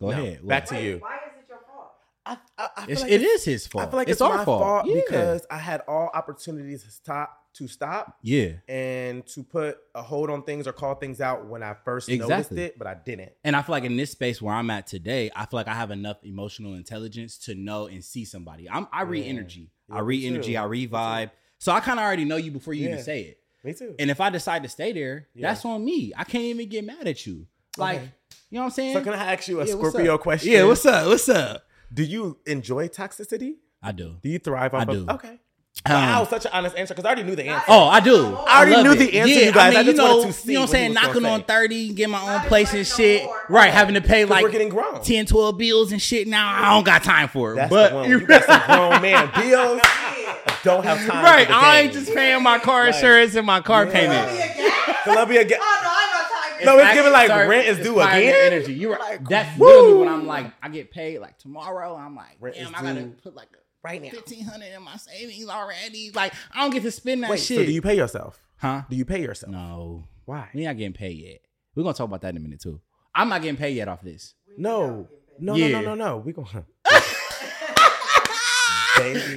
Go
No,
ahead.
back
What?
to you.
Why is it your fault?
I, I, I feel
It's,
like
it
it's-
is his fault.
I feel like
it's, our
my
fault,
fault,
Yeah.
because I had all opportunities to stop to stop
yeah.
and to put a hold on things or call things out when I first noticed
Exactly.
it, but I didn't.
And I feel like in this space where I'm at today, I feel like I have enough emotional intelligence to know and see somebody. I'm I read
Yeah.
energy. I
Yeah, me
read energy.
too.
I
Me
read
too.
vibe. So I kind of already know you before you even
Yeah.
say it.
Me too.
And if I decide to stay there,
Yeah.
that's on me. I can't even get mad at you. Like,
Okay.
you know what I'm saying?
so can I ask you a
Yeah, what's
Scorpio
up?
question?
Yeah, what's up? What's up?
do you enjoy toxicity?
I do.
Do you thrive off
I
of
do.
Okay. Wow,
Um,
such an honest answer because I already knew the answer.
Oh, I do.
I already
love
knew
it.
the answer, you guys. I just
you know,
wanted to see
You know what I'm
what he
saying?
was gonna
Knocking on
say.
30, get my own
Not
place and
inviting
shit.
no more.
Right, having to pay
'Cause
like
we're getting grown.
10, 12 bills and shit now. I don't got time for it.
That's
but <laughs>
the one. You got some grown man bills.
Ah,
Don't have time.
right,
for the
I ain't
game.
just paying my car
Like,
insurance and my car
yeah.
payment.
Columbia Gap?
<laughs>
Columbia. Ga-
Oh, no, I ain't got time.
No, it's giving like
Sorry,
rent is due
fire and
again.
Energy, you right.
Like,
That's
woo.
literally when I'm like, I get paid like tomorrow. I'm like,
Rent is
damn, I gotta
due
put like
Right now.
fifteen hundred in my savings already. Like, I don't get to spend that
Wait,
shit.
so do you pay yourself?
huh?
Do you pay yourself?
No,
Why?
we not getting paid yet. We're gonna talk about that in a minute too. I'm not getting paid yet off this.
No. No,
Yeah.
no, no, no, no.
<laughs>
We gonna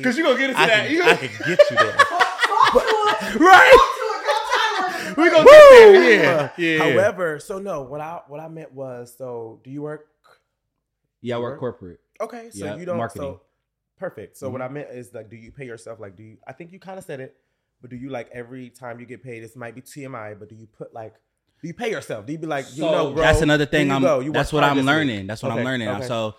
Cause you gonna get into
I
that.
can, I can get you there. <laughs>
right?
Right.
We gonna get there. Yeah. <laughs> yeah.
However, so no, what I what I meant was, so do you work?
yeah, I work corporate.
Okay, so
Yeah,
you don't.
marketing.
So perfect. So what
Mhm.
I meant is like, do you pay yourself? Like, do you? I think you kind of said it, but do you like every time you get paid? This might be TMI, but do you put like? Do you pay yourself? Do you be like, you
So,
know, bro,
that's another thing.
here you
I'm.
go. You
that's
worked
what
hard
I'm
this week.
learning. That's what I'm
Okay,
learning.
okay.
So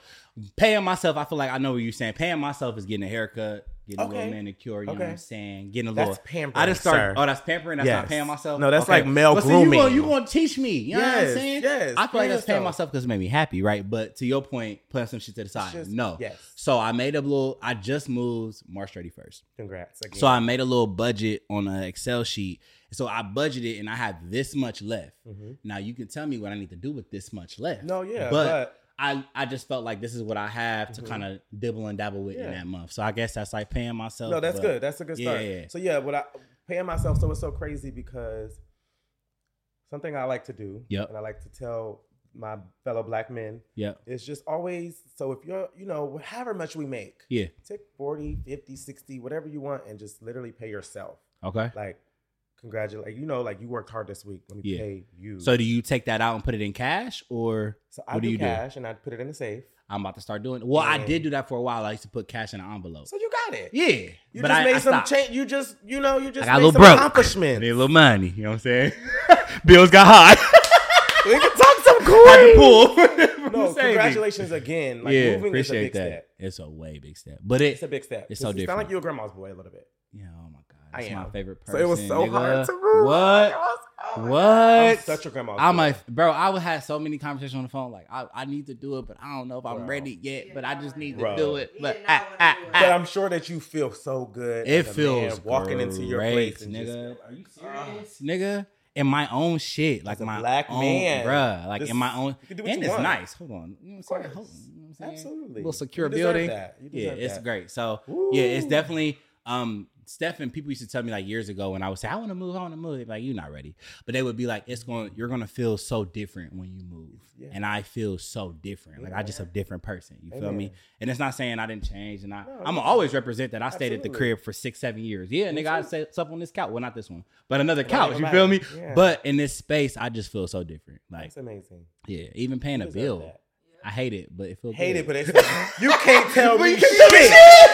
paying myself, I feel like I know what you're saying. Paying myself is getting a haircut, getting a little
Okay.
manicure. You know what
Okay.
I'm saying? Getting a little.
That's pampering.
I just started.
sir.
Oh, that's pampering. That's not
Yes.
paying myself.
No, that's like male
Well, see,
grooming.
you gonna, you gonna teach me? You know what I'm
Yes,
saying?
yes.
I feel like
Pay
that's paying
yourself.
myself because it made me happy, right? But to your point, putting some shit to the
It's
side.
just-
no.
Yes.
So I made a little. I just moved March 31st.
Congrats. Again.
So I made a little budget on an Excel sheet. So I budgeted and I have this much left.
Mhm.
Now you can tell me what I need to do with this much left.
No, yeah,
But-
but,
I, I just felt like this is what I have to
Mhm.
kind of dibble and dabble with in
Yeah.
that month. So I guess that's like paying myself.
no, that's
but-
good. That's a good
yeah,
start.
yeah, yeah.
So yeah, what I paying myself. So it's so crazy because something I like to do,
Yep.
and I like to tell my fellow black men
Yep.
is just always. So if you're, you know, however much we make,
Yeah.
take 40, 50, 60, whatever you want, and just literally pay yourself.
Okay.
Like, congratulate you know like you worked hard this week. Let me
Yeah.
pay you.
So do you take that out and put it in cash, or
So I
what do
do
you do?
cash and I put it in the safe.
I'm about to start doing? Well, I
Yeah.
did do that for a while. I used to put cash in an envelope.
Mm. So you got it.
Yeah,
You
but
just
I,
made
I
some
stopped.
change. You just you know you just
I got a
made
little
some
broke.
accomplishments.
Need a little money. You know what I'm saying? <laughs> Bills got high. <laughs>
we can talk some
Had to
coin.
pull. <laughs> from
No,
savings.
congratulations again. Like
yeah,
moving is a
appreciate
big
that.
step.
It's a way big step, but it.
It's a big step.
It's so
you sound
different.
like you're a grandma's boy a little bit.
yeah, oh my god,
I
that's my
am.
favorite
So
person.
it was so hard
nigga.
to move.
What?
Oh my
I'm
What?
such a grandma's
I'm
boy.
a bro. I would had so many conversations on the phone. Like I, I need to do it, but I don't know if I'm
Bro.
ready yet. But I just need to
Bro.
do it.
He
But
did not
ah,
wanna
ah,
do it.
ah.
But I'm sure that you feel so good.
It
as a
feels
man walking into your
great,
place, and just uh,
nigga.
feel like, Are you
serious, nigga. In my own shit, like
As a
my
black
own,
man,
bruh. Like in
this-
my own,
you can do what
and
you
it's
want.
nice. Hold on, you know what I'm saying?
Of
Hold
course.
on. You know what I'm saying?
Absolutely.
Little secure
You deserve
building.
that. You
Yeah,
deserve
it's
that.
great. So yeah, it's
Woo.
definitely um Stefan, people used to tell me like years ago when I would say, I want to move, I want to move. They'd be like, you're not ready. But they would be like, it's going to you're gonna feel so different when you move.
Yeah.
And I feel so different. Like I just a different person. You feel me?
Amen.
And it's not saying I didn't change. And I
No,
I'ma
no.
always represent that I stayed at the
Absolutely.
crib for six, seven years. Yeah,
Me
nigga, I
too.
sat up on this couch. Well, not this one, but another
Don't
couch.
even
You
lie.
feel me?
Yeah.
But in this space, I just feel so different. Like,
That's amazing.
yeah, even paying
You
a
deserve
bill.
that.
I hate it, but it feels
Hate
good.
it, but it's you
<laughs>
can't tell
But
me
you can tell me Ah.
shit.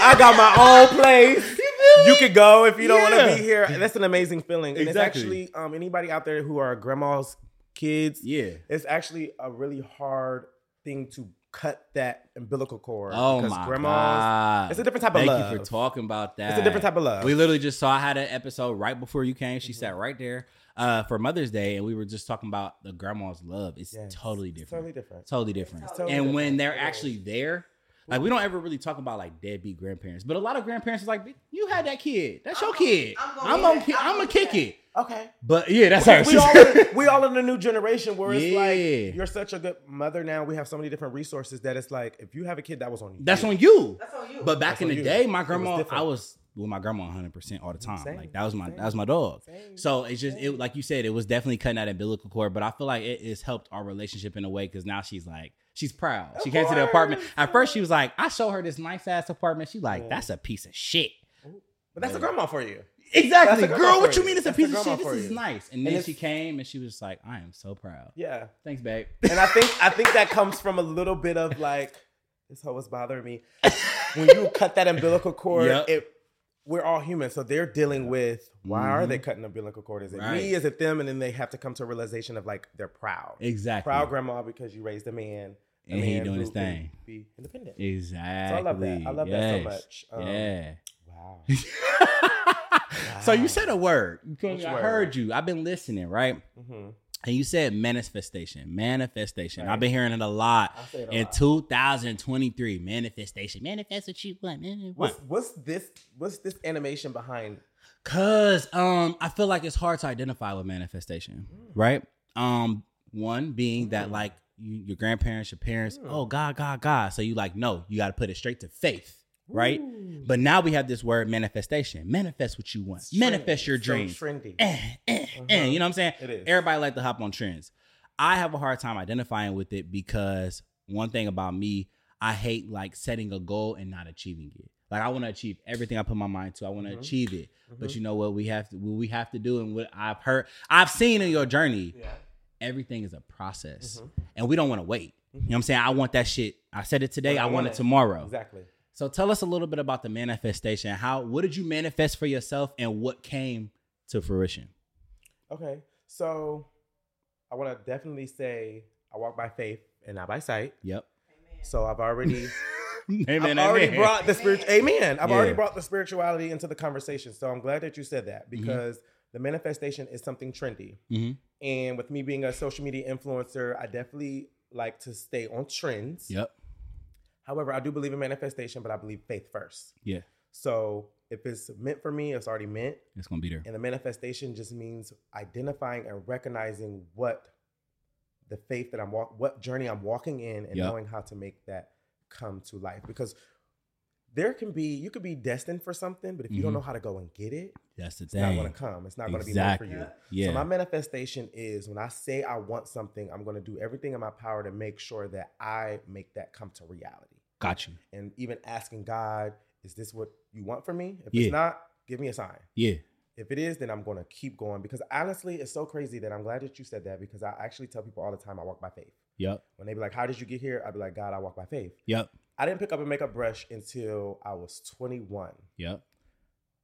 I got my own place. You can go if you don't want
Yeah.
to be here. That's an amazing feeling. And
Exactly.
it's actually um, anybody out there who are grandma's kids,
Yeah.
it's actually a really hard thing to cut that umbilical cord.
Oh
because
my
grandma's
god!
it's a different type of
Thank
love.
you for talking about that.
It's a different type of love. Mm-hmm.
We literally just saw. I had an episode right before you came. She sat right there uh, for Mother's Day, and we were just talking about the grandma's love. It's
Yes.
totally
It's
different.
Totally different.
Totally different.
It's
totally
and when
different.
they're
It
actually there, like we don't ever really talk about like deadbeat grandparents, but a lot of grandparents is like, "Bitch, "You had that kid. That's your
I'm-
kid.
I'm gonna
I'm
get
gonna,
it.
ki-
I'm
I'm gonna
gonna
kick
get
it." <laughs>
Okay.
But yeah, that's her.
<laughs> we all in, we all in a new generation where it's
Yeah.
like you're such a good mother now. We have so many different resources that it's like if you have a kid, that was on
<laughs>
you.
that's on you.
That's on you.
But back
That's
in
on
the
you.
day, my
It was
grandma, I
different.
was with my grandma 100 percent all the time.
Same.
Like that was my
Same.
that was my dog.
Same.
So it's just it, like you said, it was definitely cutting that umbilical cord, but I feel like it has helped our relationship in a way because now she's like she's proud. She
Of
came to the
course.
apartment. At first, she was like, "I show her this nice ass apartment." She like,
Yeah.
"That's a piece of shit."
but that's a grandma for you.
Exactly,
That's a
girl.
grandma
What
for
you mean?
you.
It's a
That's a
piece of
grandma
shit. This
for
is
you.
nice. And
And
then
it's-
she came and she was like, "I am so proud."
Yeah.
Thanks, babe.
And I think I think that comes from a little bit of like this hoe was
<laughs>
bothering me. when you cut that umbilical cord,
Yep.
it we're all human, so they're dealing with why are they cutting umbilical cord? Is it
Mm-hmm. Right.
me? Is it them? And then they have to come to a realization of like they're proud,
exactly.
proud grandma because you raised a man, a
And he
man
doing
who
his
can
thing.
be independent.
Exactly.
So I love that. I love that so
Yes.
much. Um,
yeah. <laughs>
Wow.
So you said a word. You told
Which
me I
word?
heard you. I've been listening, right? <laughs>
Mhm.
And you said manifestation, manifestation.
Right.
I've been hearing it a lot
I say it a
in
lot.
2023. Manifestation, manifest what you want, man. you
What's
want.
what's this what's this animation behind?
Cause um, I feel like it's hard to identify with manifestation, right? Um, one being that
Mm.
like you, your grandparents, your parents,
Mm.
oh God, God, God. So you like no, you got to put it straight to faith, right?
Ooh.
But now we have this word manifestation. Manifest what you want.
It's
Manifest
trendy.
your
So
dreams.
trendy.
eh, eh, eh,
Uh-huh.
you know what I'm saying?
It is.
Everybody like to hop on trends. I have a hard time identifying with it because one thing about me, I hate like setting a goal and not achieving it. Like I want to achieve everything I put my mind to. I want to
Mhm.
achieve it. But
Mhm.
you know what we have to what we have to do and what I've heard I've seen in your journey,
yeah.
everything is a process.
Mhm.
And we don't want to wait. You know what I'm saying? I want that shit. I said it today, I,
But Mm-hmm. I
want
want
it
it.
tomorrow.
Exactly.
So tell us a little bit about the manifestation. How what did you manifest for yourself and what came to fruition?
Okay. So I want to definitely say I walk by faith and not by sight.
Yep.
So I've already
<laughs> Amen,
I've already
amen.
brought the spirit amen. I've
Yeah.
already brought the spirituality into the conversation. So I'm glad that you said that
Mm-hmm.
because the manifestation is something trendy.
Mhm.
And with me being a social media influencer, I definitely like to stay on trends.
Yep.
However, I do believe in manifestation, but I believe faith first.
Yeah.
So if it's meant for me, it's already meant.
It's gonna be there.
And the manifestation just means identifying and recognizing what the faith that I'm walk, what journey I'm walking in, and
Yeah.
knowing how to make that come to life. Because there can be, you could be destined for something, but if you
Mhm.
don't know how to go and get it,
That's the
it's not
thing.
going to come. It's not
exactly.
going to be meant for you.
Yeah.
So my manifestation is when I say I want something, I'm going to do everything in my power to make sure that I make that come to reality.
Got you.
And even asking God, is this what you want from me? If
Yeah.
it's not, give me a sign
Yeah.
If it is, then I'm gonna keep going because honestly, it's so crazy that I'm glad that you said that because I actually tell people all the time I walk by faith.
Yep.
When they be like, "How did you get here?" I'd be like, "God, I walk by faith."
Yep.
I didn't pick up a makeup brush until I was 21.
Yep.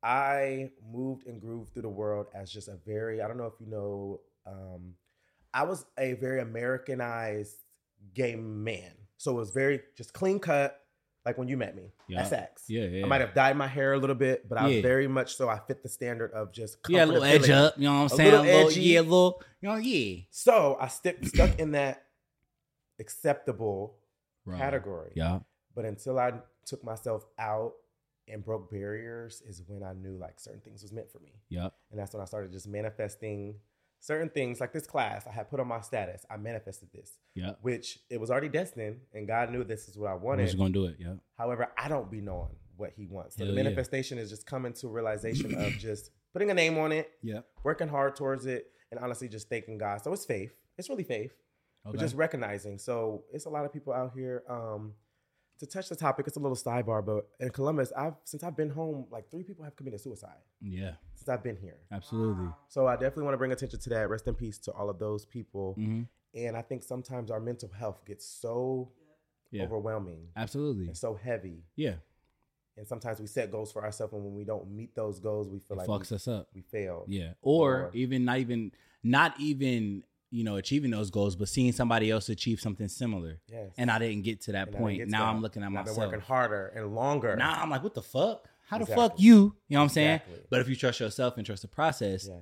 I moved and grooved through the world as just a very, I don't know if you know, um, I was a very Americanized gay man. So it was very just clean cut, like when you met me.
Yeah.
That's X.
Yeah. Yeah.
I might have dyed my hair a little bit, but I
Yeah.
was very much so I fit the standard of just
Yeah, a little edge
comfortability.
up. You know what I'm
A
saying?
little
A little-
edgy.
yeah, a little. You know, yeah.
So I sti- stuck in that acceptable
Right.
category.
Yeah.
But until I took myself out and broke barriers is when I knew like certain things was meant for me.
Yep.
And that's when I started just manifesting certain things like this class I had put on my status. I manifested this,
Yep.
which it was already destined and God knew this is what I
I'm
wanted.
just gonna do it. Yep.
However, I don't be knowing what he wants. So
Hell
the
yeah.
manifestation is just coming to a realization
<clears throat>
of just putting a name on it,
Yep.
working hard towards it, and honestly just thanking God. So it's faith. It's really faith
Okay.
but just recognizing. So it's a lot of people out here. Um, to touch the topic, it's a little sidebar, but in Columbus, I've since I've been home, like three people have committed suicide
yeah.
since I've been here.
Absolutely.
So I definitely want to bring attention to that. Rest in peace to all of those people.
hmm
And I think sometimes our mental health gets so
Yeah.
overwhelming
Absolutely.
and so heavy.
Yeah.
And sometimes we set goals for ourselves, and when we don't meet those goals, we feel
It
like
fucks
we,
us up.
we failed.
Yeah. Or
Or-
even not even not even you know achieving those goals, but seeing somebody else achieve something similar,
Yes.
and I didn't get to that
And I didn't
point.
get to
now
that.
I'm looking at
And I've been
myself.
working harder and longer.
Now I'm like, what the fuck? How the fuck
Exactly.
you? You know what I'm saying?
Exactly.
But if you trust yourself and trust the process,
Yes.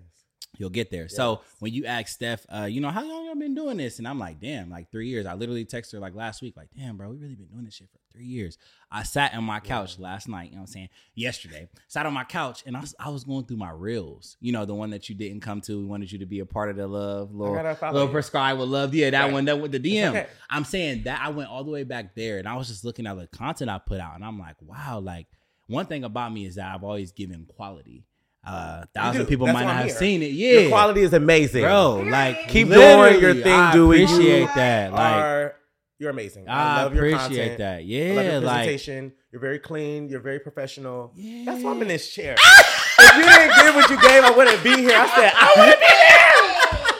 you'll get there. So
Yes.
when you ask Steph, uh, you know, how long y'all been doing this? And I'm like, damn, like three years. I literally texted her like last week, like, damn, bro, we really been doing this shit for three years. I sat on my couch last night, you know what I'm saying? Yesterday, sat on my couch and I was, I was going through my reels. You know, the one that you didn't come to. We wanted you to be a part of the love,
I
little,
gotta follow
little
you.
prescribed with love. Yeah, that
Right.
one, that with the DM.
okay.
I'm saying that I went all the way back there and I was just looking at the content I put out and I'm like, wow, like one thing about me is that I've always given quality. Uh, thousand
do.
people
That's
might
why
not
I'm
have
here.
seen it. Yeah,
Your quality is amazing,
bro.
Period.
Like,
Keep
literally,
doing your thing,
I
Dewey. You
Appreciate that. Like,
are you're amazing. I,
I,
love your
appreciate
content.
that.
I love
Yeah, <laughs>
your
like,
presentation. you're very clean. You're very professional.
yeah.
That's why I'm in this chair. <laughs> if you didn't give what you gave, I wouldn't be here. I said I wouldn't be here.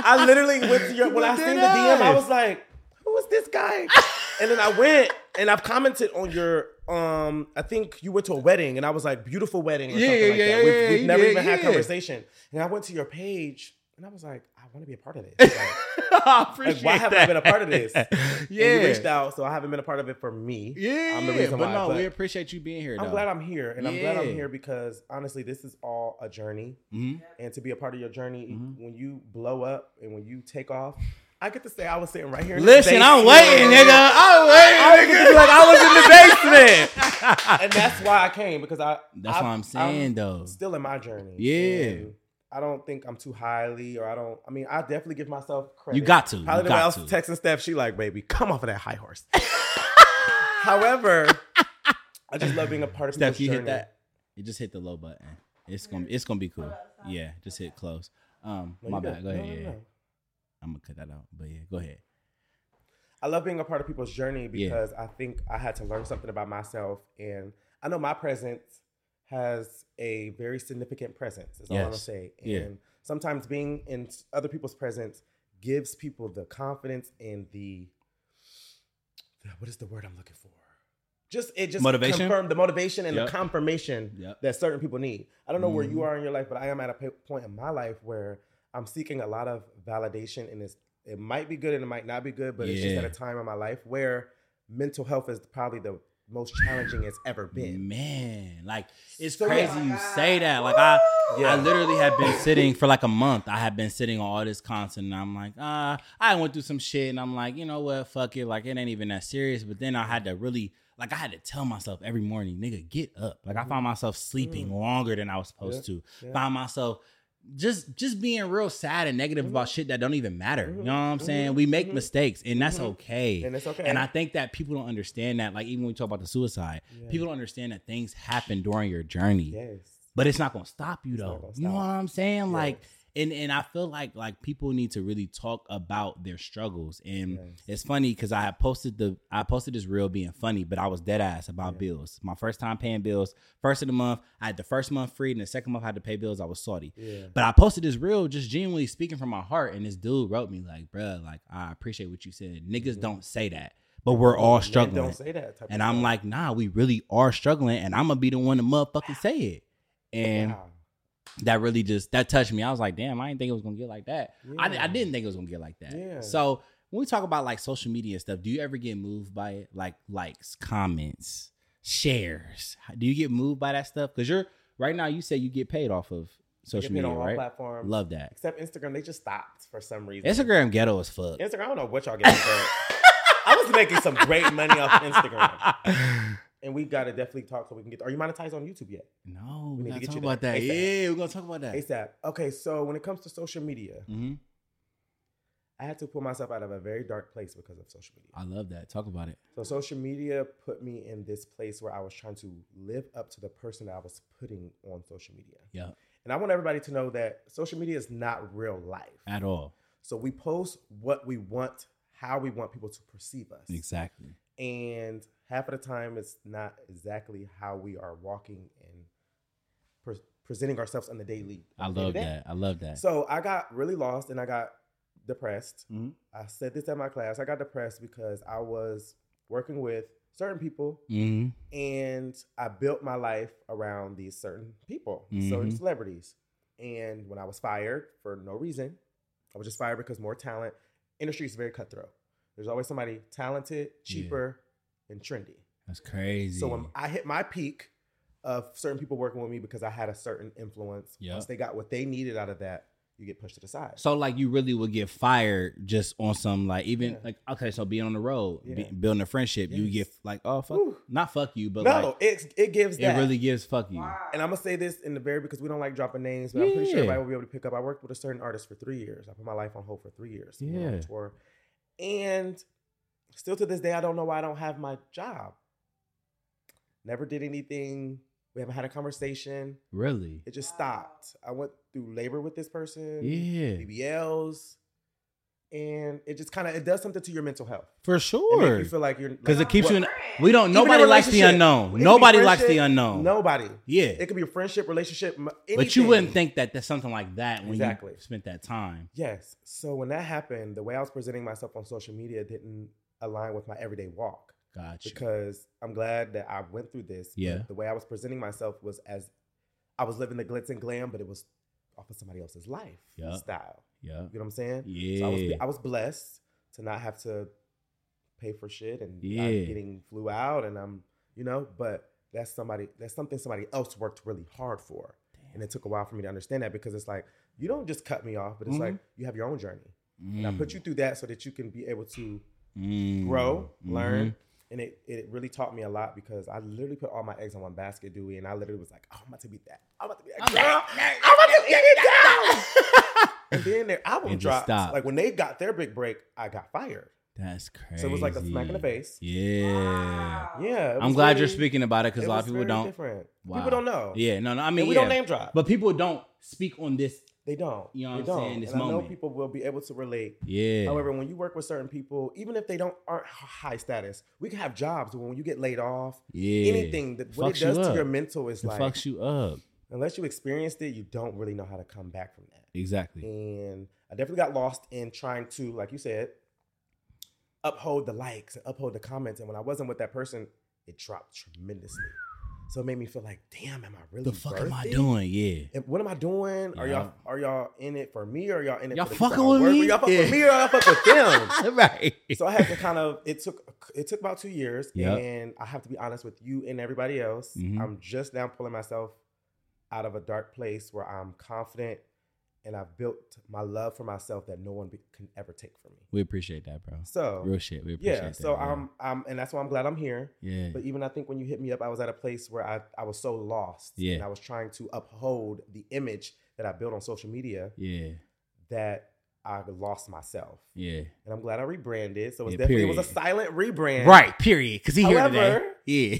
I literally went to your when I
Look
seen the
at
DM. I
us.
was like, "Who is this guy?" and then I went and I've commented on your. Um, I think you went to a wedding and I was like, "Beautiful wedding." Or
Yeah,
something like
yeah, yeah,
that. we've, we've never
yeah,
even had
yeah.
conversation. And I went to your page and I was like, "I want to be a part of this." <laughs> Like,
I appreciate
Like, why haven't I been a part of
<laughs>
this?
yeah,
And you reached out, so I haven't been a part of it for me.
yeah.
I'm the reason
but
why.
no,
but
we appreciate you being here.
I'm
though.
glad I'm here, and I'm glad
Yeah.
I'm here because honestly, this is all a journey,
Mhm.
and to be a part of your journey,
Mhm.
when you blow up and when you take off, I get to say I was sitting right here. in the
Listen, I'm
basement.
waiting, nigga. I'm
I
waiting, nigga.
get to be like I was in the
<laughs>
basement, and that's why I came because I.
That's what I'm saying, though.
Still in my journey.
Yeah.
and I don't think I'm too highly, or I don't. I mean, I definitely give myself credit.
You got to. You
Probably the way I
got
was
to.
texting Steph, she like, baby, come off of that high horse. <laughs> However, I just love being a part of
Steph,
people's
you
journey.
hit that. You just hit the low button. It's gonna it's gonna be cool. Yeah, just hit close. Um,
No,
my
you
bad.
good.
Go
No,
ahead.
no,
yeah,
no.
I'm gonna cut that out. But yeah, go ahead.
I love being a part of people's journey because I think I had to learn something about myself, and I know my presence has a very significant presence. Is all I'm gonna
Yes.
say. And
Yeah.
sometimes being in s- other people's presence gives people the confidence and the what is the word I'm looking for? Just it just
Motivation?
confirmed the motivation and
Yep.
the confirmation
Yep.
that certain people need. I don't know where
Mhm.
you are in your life, but I am at a p- point in my life where I'm seeking a lot of validation, and it's it might be good and it might not be good, but it's just
Yeah.
at a time in my life where mental health is probably the most challenging it's ever been.
Man, like it's
So, yeah.
crazy you say that. Like I,
Yeah.
I literally have been sitting for like a month. I have been sitting on all this content, and I'm like, ah, I went through some shit, and I'm like, you know what, fuck it, like it ain't even that serious. But then I had to really, like, I had to tell myself every morning, nigga, get up. Like I found myself sleeping longer than I was supposed to.
Mm. yeah.
Find myself just just being real sad and negative
Mm-hmm.
about shit that don't even matter. You know what I'm saying? We make mistakes, and that's okay.
Mm-hmm. And it's okay.
And I think that people don't understand that. Like even when we talk about the suicide,
Yeah.
people don't understand that things happen during your journey.
yes,
But it's not gonna stop you
not
though.
gonna
You know what
stop.
I'm saying? Like and and I feel like like people need to really talk about their struggles. And
Yes.
it's funny because I had posted the I posted this reel being funny, but I was dead ass about
Yeah.
bills. My first time paying bills, first of the month, I had the first month free, and the second month I had to pay bills. I was salty.
Yeah.
But I posted this reel just genuinely speaking from my heart, and this dude wrote me like, "Bruh, like I appreciate what you said. Niggas
Mhm.
don't say that, but we're all
Men
struggling."
Don't say that. Type
And
of
I'm
stuff.
like, "Nah, we really are struggling, and I'm gonna be the one to motherfucking say it." And
Wow.
that really just that touched me. I was like, "Damn, I didn't think it was gonna get like that. I, di- I
Yeah.
didn't think it was gonna get like that."
Yeah.
So when we talk about like social media and stuff, do you ever get moved by it? Like likes, comments, shares? Do you get moved by that stuff? Because you're right now, you say you get paid off of
You
social
get paid
media,
on all
right?
platforms.
Love that.
Except Instagram, they just stopped for some reason.
Instagram ghetto as fuck.
Instagram, I don't know what y'all getting, but I was making some great money off Instagram, and we gotta definitely talk so we can get. Are you monetized on YouTube yet?
<laughs> no, we
We need
gotta
to get
talk
you
about
there
that.
ASAP.
Yeah, we're gonna talk about that.
ASAP. Okay, so when it comes to social media,
hmm
I had to pull myself out of a very dark place because of social media.
I love that. Talk about it.
So social media put me in this place where I was trying to live up to the person that I was putting on social media.
Yeah,
And I want everybody to know that social media is not real life.
at all.
So we post what we want, how we want people to perceive us.
Exactly.
And half of the time, it's not exactly how we are walking and pre- presenting ourselves on the daily.
Mm-hmm. I
on the
love
day-to-day.
that. I love that.
So I got really lost and I got depressed.
Mhm.
I said this at my class. I got depressed because I was working with certain people
Mhm.
and I built my life around these certain people, certain
Mhm.
celebrities. And when I was fired for no reason, I was just fired because more talent. Industry is very cutthroat. There's always somebody talented,
Yeah.
cheaper, and trendy.
That's crazy.
So when I hit my peak of certain people working with me because I had a certain influence,
Yeah.
once they got what they needed out of that, you get pushed to the side.
So like you really would get fired just on some like even
Yeah.
like okay so being on the road be-
Yeah.
building a friendship you
Yes.
get like oh fuck
Whew.
not fuck you but
no,
like
it's it gives
it
that.
really gives fuck you
Wow.
And I'm gonna say this in the very because we don't like dropping names, but I'm pretty sure
Yeah.
everybody will be able to pick up. I worked with a certain artist for three years. I put my life on hold for three years. We went on
Yeah.
tour. And still to this day, I don't know why I don't have my job. Never did anything. We haven't had a conversation.
really
It just
Wow.
stopped. I went through labor with this person.
yeah
BBLs. And it just kind of it does something to your mental health.
for
It makes
sure
you feel like you're
'Cause
like,
it keeps
what-
you in- we don't
Even
nobody
in a
likes the
relationship. It
unknown
could be
nobody likes the
friendship.
unknown
nobody.
yeah
It could be a friendship, relationship, m- anything.
but you wouldn't think that that's something like that when
Exactly.
you spent that time
Yes. So when that happened, the way I was presenting myself on social media didn't align with my everyday walk
gotcha
because I'm glad that I went through this. but
Yeah.
The way I was presenting myself was as I was living the glitz and glam, but it was off of somebody else's life
Yeah.
style.
yeah
You know what I'm saying?
yeah
So I was I was blessed to not have to pay for shit and
Yeah.
I'm getting flew out and I'm you know, but that's somebody that's something somebody else worked really hard for. And it took a while for me to understand that because it's like you don't just cut me off, but it's like
Mm-hmm.
you have your own journey. And I put you through that so that you can be able to
Mm.
grow,
Mhm.
learn. And it, it really taught me a lot because I literally put all my eggs in one basket, Dewey, and I literally was like, oh, I'm about to beat that. I'm about to be that
I'm
girl.
back.
I'm about to get it down. <laughs> and then their album
And just
dropped.
stopped.
Like when they got their big break, I got fired.
mm-hmm. that's crazy
So it was like a smack in the face.
yeah
Wow.
Yeah. it
I'm
was
glad you're
really-
speaking about it
it
because a lot
was
of people
very
don't.
Different.
Wow.
People don't know.
Yeah, no, no. I
And
mean,
we
yeah,
don't name drop.
but people don't speak on this.
they don't.
You know what
They
I'm
don't.
saying, this
and I know
moment.
people will be able to relate.
Yeah,
However, when you work with certain people, even if they don't aren't h- high status, we can have jobs where when you get laid off,
yeah.
anything that what
Fucks
it
you
does to
up.
your mental is
it
like
fucks you up.
unless you experienced it, you don't really know how to come back from that. Mm,
Exactly.
And I definitely got lost in trying to, like you said, uphold the likes and uphold the comments. And when I wasn't with that person, it dropped tremendously. So it made me feel like, damn, am I really?
The fuck am I
worthy?
doing? Yeah.
And what am I doing? Are
Yeah.
y'all are y'all in it for me or y'all in it
Y'all
for the
fucking
people I
with
work
me?
Y'all fuck
Yeah.
with me or y'all fuck with
<laughs>
them?
right.
so I had to kind of it took it took about
<laughs>
two years,
Yeah.
and I have to be honest with you and everybody else.
Mhm.
I'm just now pulling myself out of a dark place where I'm confident, and I've built my love for myself that no one be, can ever take from me.
We appreciate that, bro.
So
Real shit. We appreciate
yeah,
that.
so
yeah.
I'm I'm and that's why I'm glad I'm here.
Yeah.
But even I think when you hit me up, I was at a place where I I was so lost,
Yeah.
and I was trying to uphold the image that I built on social media
Yeah.
that I lost myself.
Yeah.
And I'm glad I rebranded. So it's
Yeah,
definitely it was a
period. <laughs>
silent rebrand.
Right. Period. Because he here
However,
today. Yeah.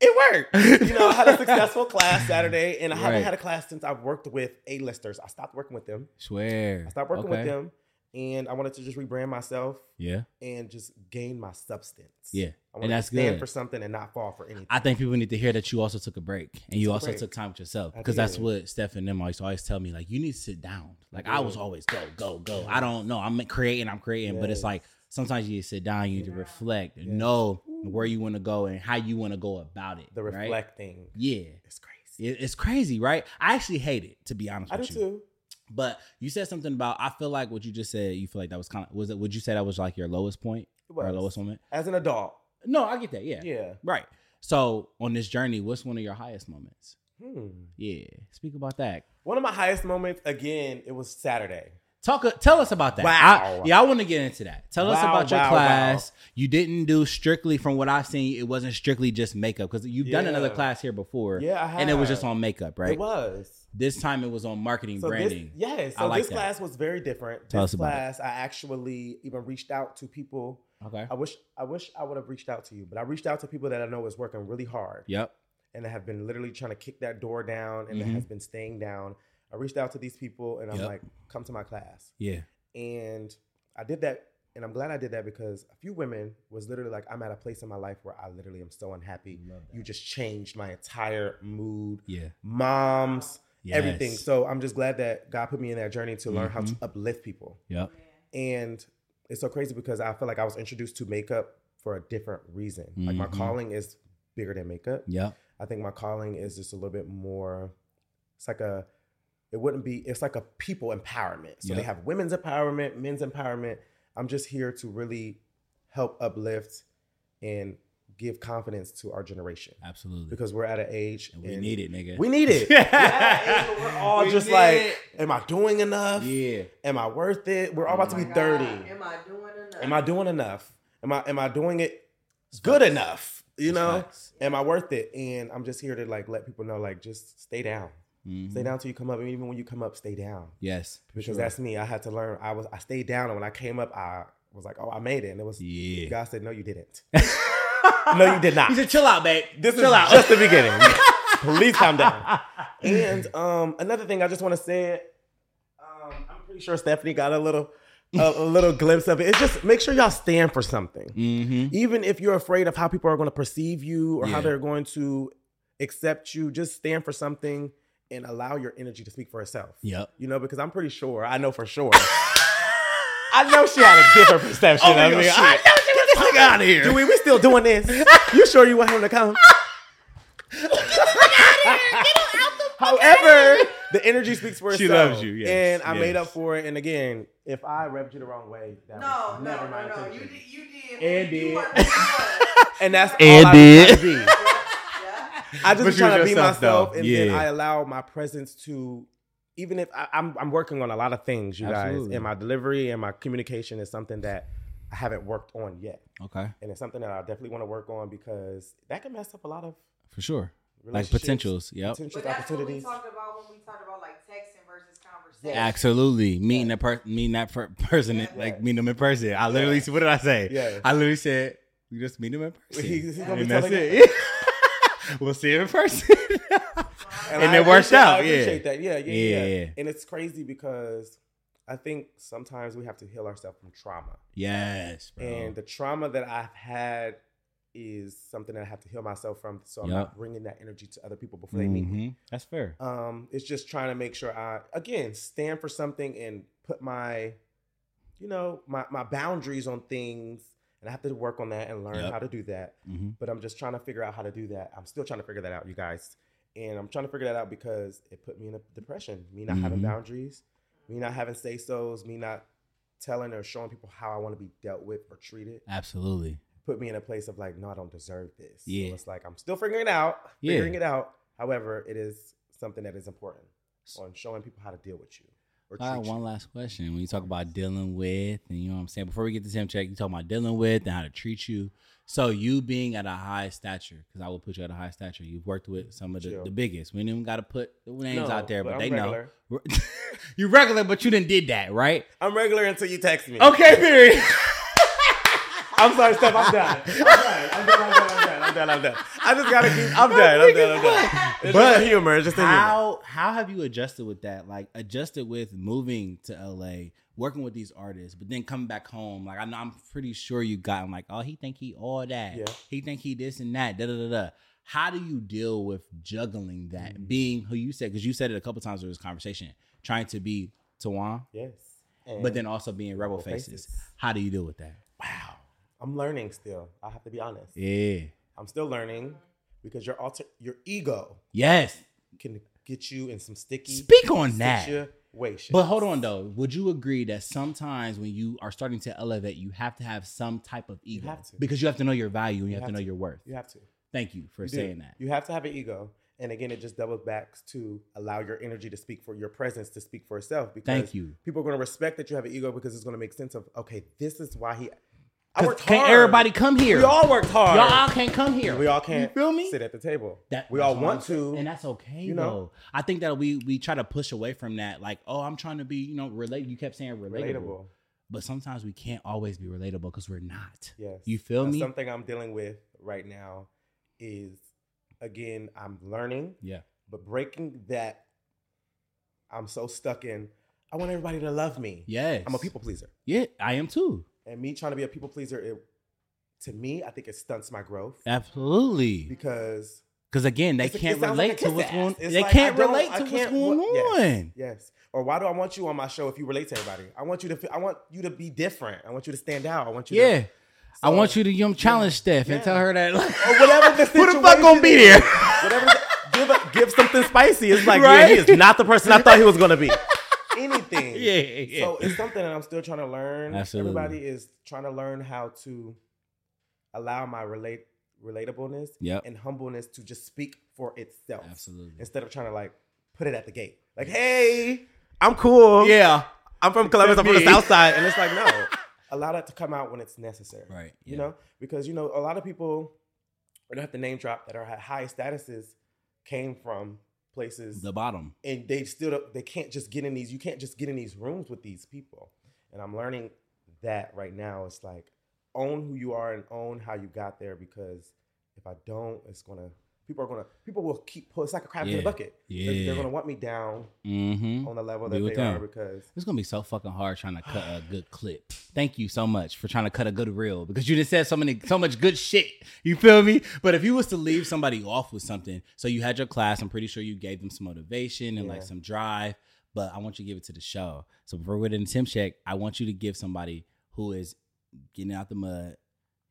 it worked. <laughs> You know, I had a successful class Saturday, and I haven't
Right.
had a class since I've worked with A-listers. I stopped working with them.
<laughs> Swear.
I stopped working
Okay.
with them, and I wanted to just rebrand myself
Yeah.
and just gain my substance.
Yeah.
I
And
wanted
that's
to stand
good.
for something and not fall for anything.
I think people need to hear that you also took a break and you
Took a
also
break.
took time with yourself
I
because that's
did.
what Steph and them always always tell me. Like you need to sit down. Like I was
Yeah.
always go go go. I don't know. I'm creating. I'm creating. But it's
Yes.
like sometimes you need to sit down. You need to reflect.
Yes.
Know where you want to go and how you want to go about it.
the
right?
reflecting
Yeah.
is crazy.
It- It's crazy, right? I actually hate it to be honest
I do
with you.
too.
But you said something about. I feel like what you just said. You feel like that was kind of was it? Would you say that was like your lowest point
It
or
was.
lowest moment?
As an adult,
No, I get that. Yeah.
yeah.
Right. So on this journey, what's one of your highest moments?
Hmm.
Yeah, speak about that.
One of my highest moments, again, it was Saturday.
Talk. uh, Tell us about that.
Wow.
I, yeah, I want to get into that. Tell us
Wow,
about your
wow,
class. You didn't do strictly, from what I've seen, it wasn't strictly just makeup because you've done another
Yeah.
class here before,
Yeah, I had.
and it was just on makeup, right?
It was.
This time it was on marketing
So
branding.
This, yes.
I
So
like
this
that.
class was very different.
Tell
this
us about it.
class, I actually even reached out to people.
okay.
I wish I wish I would have reached out to you, but I reached out to people that I know is working really hard
Yep.
and have been literally trying to kick that door down and that
Mhm.
has been staying down. I reached out to these people and I'm
Yep.
like, come to my class.
Yeah.
And I did that and I'm glad I did that because a few women was literally like, I'm at a place in my life where I literally am so unhappy.
Mm.
You just changed my entire mood,
Yeah.
moms, everything.
Yes. Mm-hmm.
So I'm just glad that God put me in that journey to learn how to uplift people.
Yep.
And it's so crazy because I feel like I was introduced to makeup for a different reason. Like my
Mhm.
calling is bigger than makeup.
Yep.
I think my calling is just a little bit more. It's like a. It wouldn't be. It's like a people empowerment. So they
Yeah.
have women's empowerment, men's empowerment. I'm just here to really help uplift and give confidence to our generation
Absolutely.
because we're at an age
and we need it, nigga.
We
<laughs>
need it.
yeah.
We're
All
all
just
need
like,
it.
am I doing enough?
Yeah.
Am I worth it? We're all about to be
Oh my God,
thirty.
Am I doing enough?
Am I doing enough? Am I am I doing it good enough? You know,
Facts.
am I worth it? And I'm just here to like let people know, like, just stay down.
Mhm.
Mm-hmm.
Stay down till you come up, and even when you come up, stay down.
Yes. for
Because
sure.
that's me. I had to learn. I was I stayed down, and when I came up, I was like, oh, I made it, and it was
yeah.
God said, no, you didn't. <laughs> no, you did not.
He said, "Chill out, babe.
This
Chill
is
out." <laughs>
just the beginning. Please calm down. <laughs> And um, another thing I just want to say, um, I'm pretty sure Stephanie got a little a, a little glimpse of it. It's just make sure y'all stand for something.
mm-hmm.
Even if you're afraid of how people are going to perceive you or
Yeah.
how they're going to accept you, just stand for something and allow your energy to speak for itself.
Yep.
You know, because I'm pretty sure, I know for <laughs> sure. I know she had a different
Oh,
perception of me. I know Oh she was
Get out of here.
Dewey, we still doing this.
<laughs>
You sure you want him to come? However, <laughs> the energy speaks for itself.
She loves you, yes,
and I made
yes.
up for it. And again, if I rubbed you the wrong way, that
<laughs> No,
was <laughs>
no,
never my
no, no. You
intention.
did. You did.
And
you
did.
weren't- you
<laughs>
weren't.
And that's all
And
I was
did. <laughs>
trying to be.
Yeah.
I just
But
was
you was
trying to be
yourself, though.
myself, and then
Yeah.
I allow my presence to. Even if I, I'm, I'm working on a lot of things, you
Absolutely.
guys, and my delivery and my communication is something that I haven't worked on yet,
Okay,
and it's something that I definitely want to work on because that can mess up a lot of
for sure. Like
relationships,
potentials. Yep.
potentials,
But that's what we
opportunities.
talked about when we talked about like texting versus conversation.
Absolutely. Meeting that per- meeting that per- person,
Yeah.
like meeting them in person. I literally,
Yeah.
what did I say?
Yeah.
I literally said, "We just meet them in person."
<laughs> He- he's gonna be
and that's
telling
it. <laughs> we'll see him in person. And
I
it worked
appreciate-
out,
I
yeah.
appreciate that. Yeah, yeah,
Yeah,
yeah,
yeah.
And it's crazy because I think sometimes we have to heal ourselves from trauma,
yes, bro.
and the trauma that I've had is something that I have to heal myself from. So I'm
Yup.
not bringing that energy to other people before they meet me.
Mhm. That's fair.
Um, it's just trying to make sure I again stand for something and put my, you know, my my boundaries on things. And I have to work on that and learn
Yup.
how to do that
hmm
but I'm just trying to figure out how to do that. I'm still trying to figure that out, you guys. And I'm trying to figure that out because it put me in a depression. Me not having
Mhm.
boundaries, me not having say so's, me not telling or showing people how I want to be dealt with or treated.
Absolutely.
Put me in a place of like, no, I don't deserve this. So
Yeah.
it's like I'm still figuring it out,
Yeah.
figuring it out. However, it is something that is important on showing people how to deal with you or treat
I have
you.
one last question. When you talk about dealing with, and you know what I'm saying, before we get to Tim Check, you talk about dealing with and how to treat you. So you being at a high stature, because I will put you at a high stature. You've worked with some of the,
Chill.
the biggest. We didn't even got to put the names
No,
out there, but,
I'm
they
regular.
know <laughs> you regular, but you didn't did that, right?
I'm regular until you text me.
Okay, period.
<laughs> I'm sorry, Steph. I'm done. I'm done. I'm done. I'm done. I'm done. I'm I'm done. I'm done. I just gotta keep. I'm done. I'm done. I'm done.
But
It's just a humor. It's just a humor.
how how have you adjusted with that? Like adjusted with moving to LA, working with these artists, but then coming back home. Like I know I'm pretty sure you got like, oh, he think he all that.
Yeah.
He think he this and that. Da da da da. How do you deal with juggling that?
Mm.
Being who you said, because you said it a couple times in this conversation, trying to be Tawan,
Yes.
but then also being Rebel
Rebel Faces.
Faces. How do you deal with that?
wow, I'm learning still. I have to be honest.
Yeah.
I'm still learning because your alter, your ego
Yes.
can get you in some sticky
Speak on that.
situation.
But hold on though, would you agree that sometimes when you are starting to elevate, you have to have some type of ego
have to.
because you have to know your value and you, have,
have
to know
to.
your worth.
you have to.
Thank you for
You do.
saying that.
You have to have an ego. And again, it just doubles back to allow your energy to speak for your presence to speak for itself. Because
Thank you.
People are going to respect that you have an ego because it's going to make sense of okay, this is why he. I
'Cause
worked
can't
hard.
everybody come here?
We all worked hard.
Y'all all can't come here.
we all can't.
You feel me?
Sit at the table.
That-
we all
that's what
want
I'm saying.
to.
and that's okay.
you
You
know?
know, I think that we we try to push away from that. Like, oh, I'm trying to be, you know, relate. You kept saying relatable,
relatable.
but sometimes we can't always be relatable because we're not.
Yes.
You feel
That's
me?
Something I'm dealing with right now is again, I'm learning,
Yeah.
but breaking that I'm so stuck in I want everybody to love me.
Yes.
I'm a people pleaser.
Yeah, I am too.
And me trying to be a people pleaser, it to me, I think it stunts my growth.
Absolutely.
Because
Because again, they
it's- it
can't
sounds like
relate
a
to
kiss
what's
ass.
going.
It's
They
like, I
can't
don't-
relate
I
to what's
can't-
going
what-
on.
yes, Yes. Or why do I want you on my show if you relate to everybody? I want you to feel, I want you to be different. I want you to stand out. I want you
Yeah.
to
I want you to yum challenge Steph
Yeah.
and tell her that.
or whatever the
<laughs> Who
situation
the fuck gonna be
is.
there?
Whatever, the- give a- give something spicy. It's like yeah,
Right?
he is not the person I thought he
<laughs>
was gonna be. Anything.
yeah, yeah.
So it's something that I'm still trying to learn.
Absolutely.
Everybody is trying to learn how to allow my relate relatableness
Yep.
and humbleness to just speak for itself.
Absolutely.
Instead of trying to like put it at the gate. Like, hey, I'm cool.
Yeah.
I'm from Columbus. I'm from the
Me.
South Side, and it's like no, <laughs> allow that to come out when it's necessary.
Right,
You
yeah.
know, because you know a lot of people. We don't have to name drop that are at high statuses came from places,
The bottom.
and they still don't- they can't just get in these. You can't just get in these rooms with these people, and I'm learning that right now. It's like own who you are and own how you got there because if I don't, it's gonna people are gonna people will keep pull. It's like a crab in
Yeah.
a bucket. They're- They're,
Yeah.
gonna want me down
Mm-hmm.
on the level
Be
that they
with
are
them.
because
It's gonna be so fucking hard trying to cut a good clip. Thank you so much for trying to cut a good reel because you just said so many so much good shit. You feel me? But if you was to leave somebody off with something, so you had your class, I'm pretty sure you gave them some motivation and like
Yeah.
some drive. But I want you to give it to the show. So before we're in Tim Check, I want you to give somebody who is getting out the mud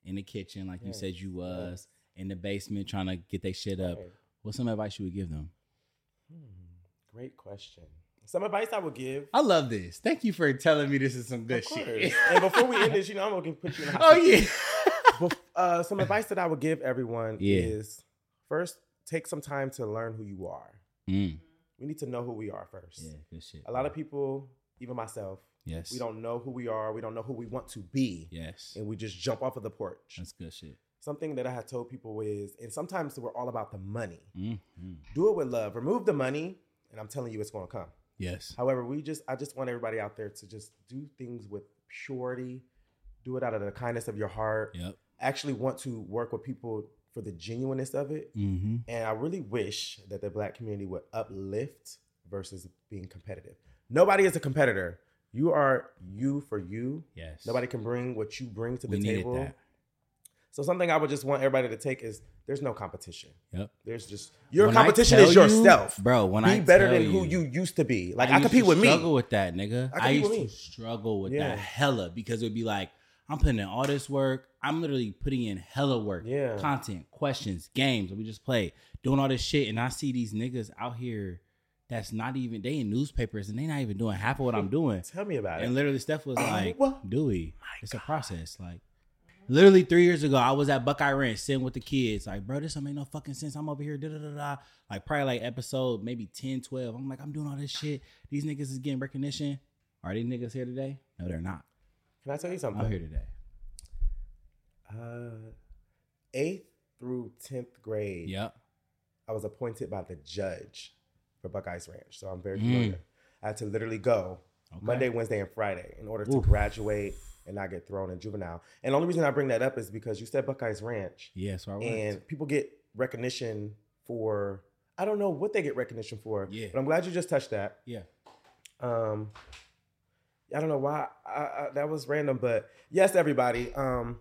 in the kitchen, like you
Yes,
said you was, in the basement trying to get their shit up.
Right.
What's some advice you would give them?
Hmm, Great question. Some advice I would give.
I love this. Thank you for telling me this is some good
Of
shit.
course. and before we end this, you know, I'm gonna give- put you in a hot
<laughs> oh
seat. <laughs>
yeah.
Bef- uh, some advice that I would give everyone
Yeah.
is first take some time to learn who you are.
Mm.
Mm-hmm.
We need to know who we are first.
Yeah, good shit.
A lot of people, even myself,
yes,
we don't know who we are. We don't know who we want to be,
Yes,
and we just jump off of the porch.
that's good shit.
Something that I have told people is, and sometimes we're all about the money.
Mm.
Do it with love. Remove the money, and I'm telling you, it's gonna come.
Yes,
However, we just I just want everybody out there to just do things with purity, do it out of the kindness of your heart.
yep.
Actually want to work with people for the genuineness of it.
Mm-hmm.
And I really wish that the black community would uplift versus being competitive. Nobody is a competitor. You are you for you.
Yes,
Nobody can bring what you bring to the
we needed
table.
that.
So something I would just want everybody to take is there's no competition.
Yep.
There's just your
When I
competition
tell
is
you-
yourself.
bro. When
be
I
better
tell
than who you used to be. Like I,
used
compete
to
with me.
Struggle with that, nigga.
I
I,
compete
used
with
to
me.
struggle with
Yeah.
that hella because it'd be like I'm putting in all this work. I'm literally putting in hella work.
Yeah.
Content, questions, games. that We just play doing all this shit, and I see these niggas out here. That's not even they in newspapers and they not even doing half of
<laughs>
what I'm doing.
Tell me about it.
And literally, Steph was
Oh,
like,
what?
Dewey, it's a process. Like, literally three years ago, I was at Buckeye Ranch sitting with the kids. Like, bro, this don't make no fucking sense. I'm over here, da da da da. Like, probably like episode maybe 10, 12. I'm like, I'm doing all this shit. These niggas is getting recognition. Are these niggas here today? No, they're not.
Can I tell you
I'm here
something?
today.
Uh, eighth through tenth grade,
Yep.
I was appointed by the judge for Buckeyes Ranch, so I'm very
Mm.
familiar. I had to literally go
Okay.
Monday, Wednesday, and Friday in order to
Oof.
graduate and not get thrown in juvenile. And the only reason I bring that up is because you said Buckeyes Ranch
Yeah, so I was.
and people get recognition for I don't know what they get recognition for.
Yeah.
But I'm glad you just touched that.
Yeah.
Um I don't know why I, I, that was random, but yes, everybody. Um,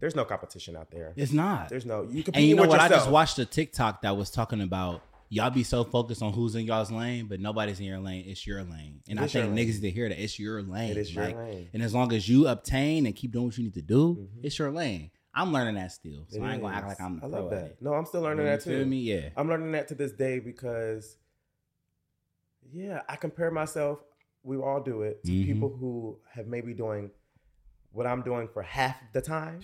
there's no competition out there.
it's not.
There's no you compete
And you know
with
what?
yourself.
I just watched a TikTok that was talking about y'all be so focused on who's in y'all's lane, but nobody's in your lane. It's your lane, and
It
I
is your
think
lane.
niggas need to hear that it's your lane.
It is your
Like,
lane.
And as long as you obtain and keep doing what you need to do,
Mhm.
it's your lane. I'm learning that still, so
It
I ain't gonna
is.
act like I'm. The
I
pro
love
at
that.
it.
No, I'm still learning
You
that
feel
too.
Me? Yeah.
I'm learning that to this day because, yeah, I compare myself. We all do it to
Mhm.
people who have maybe doing what I'm doing for half the time,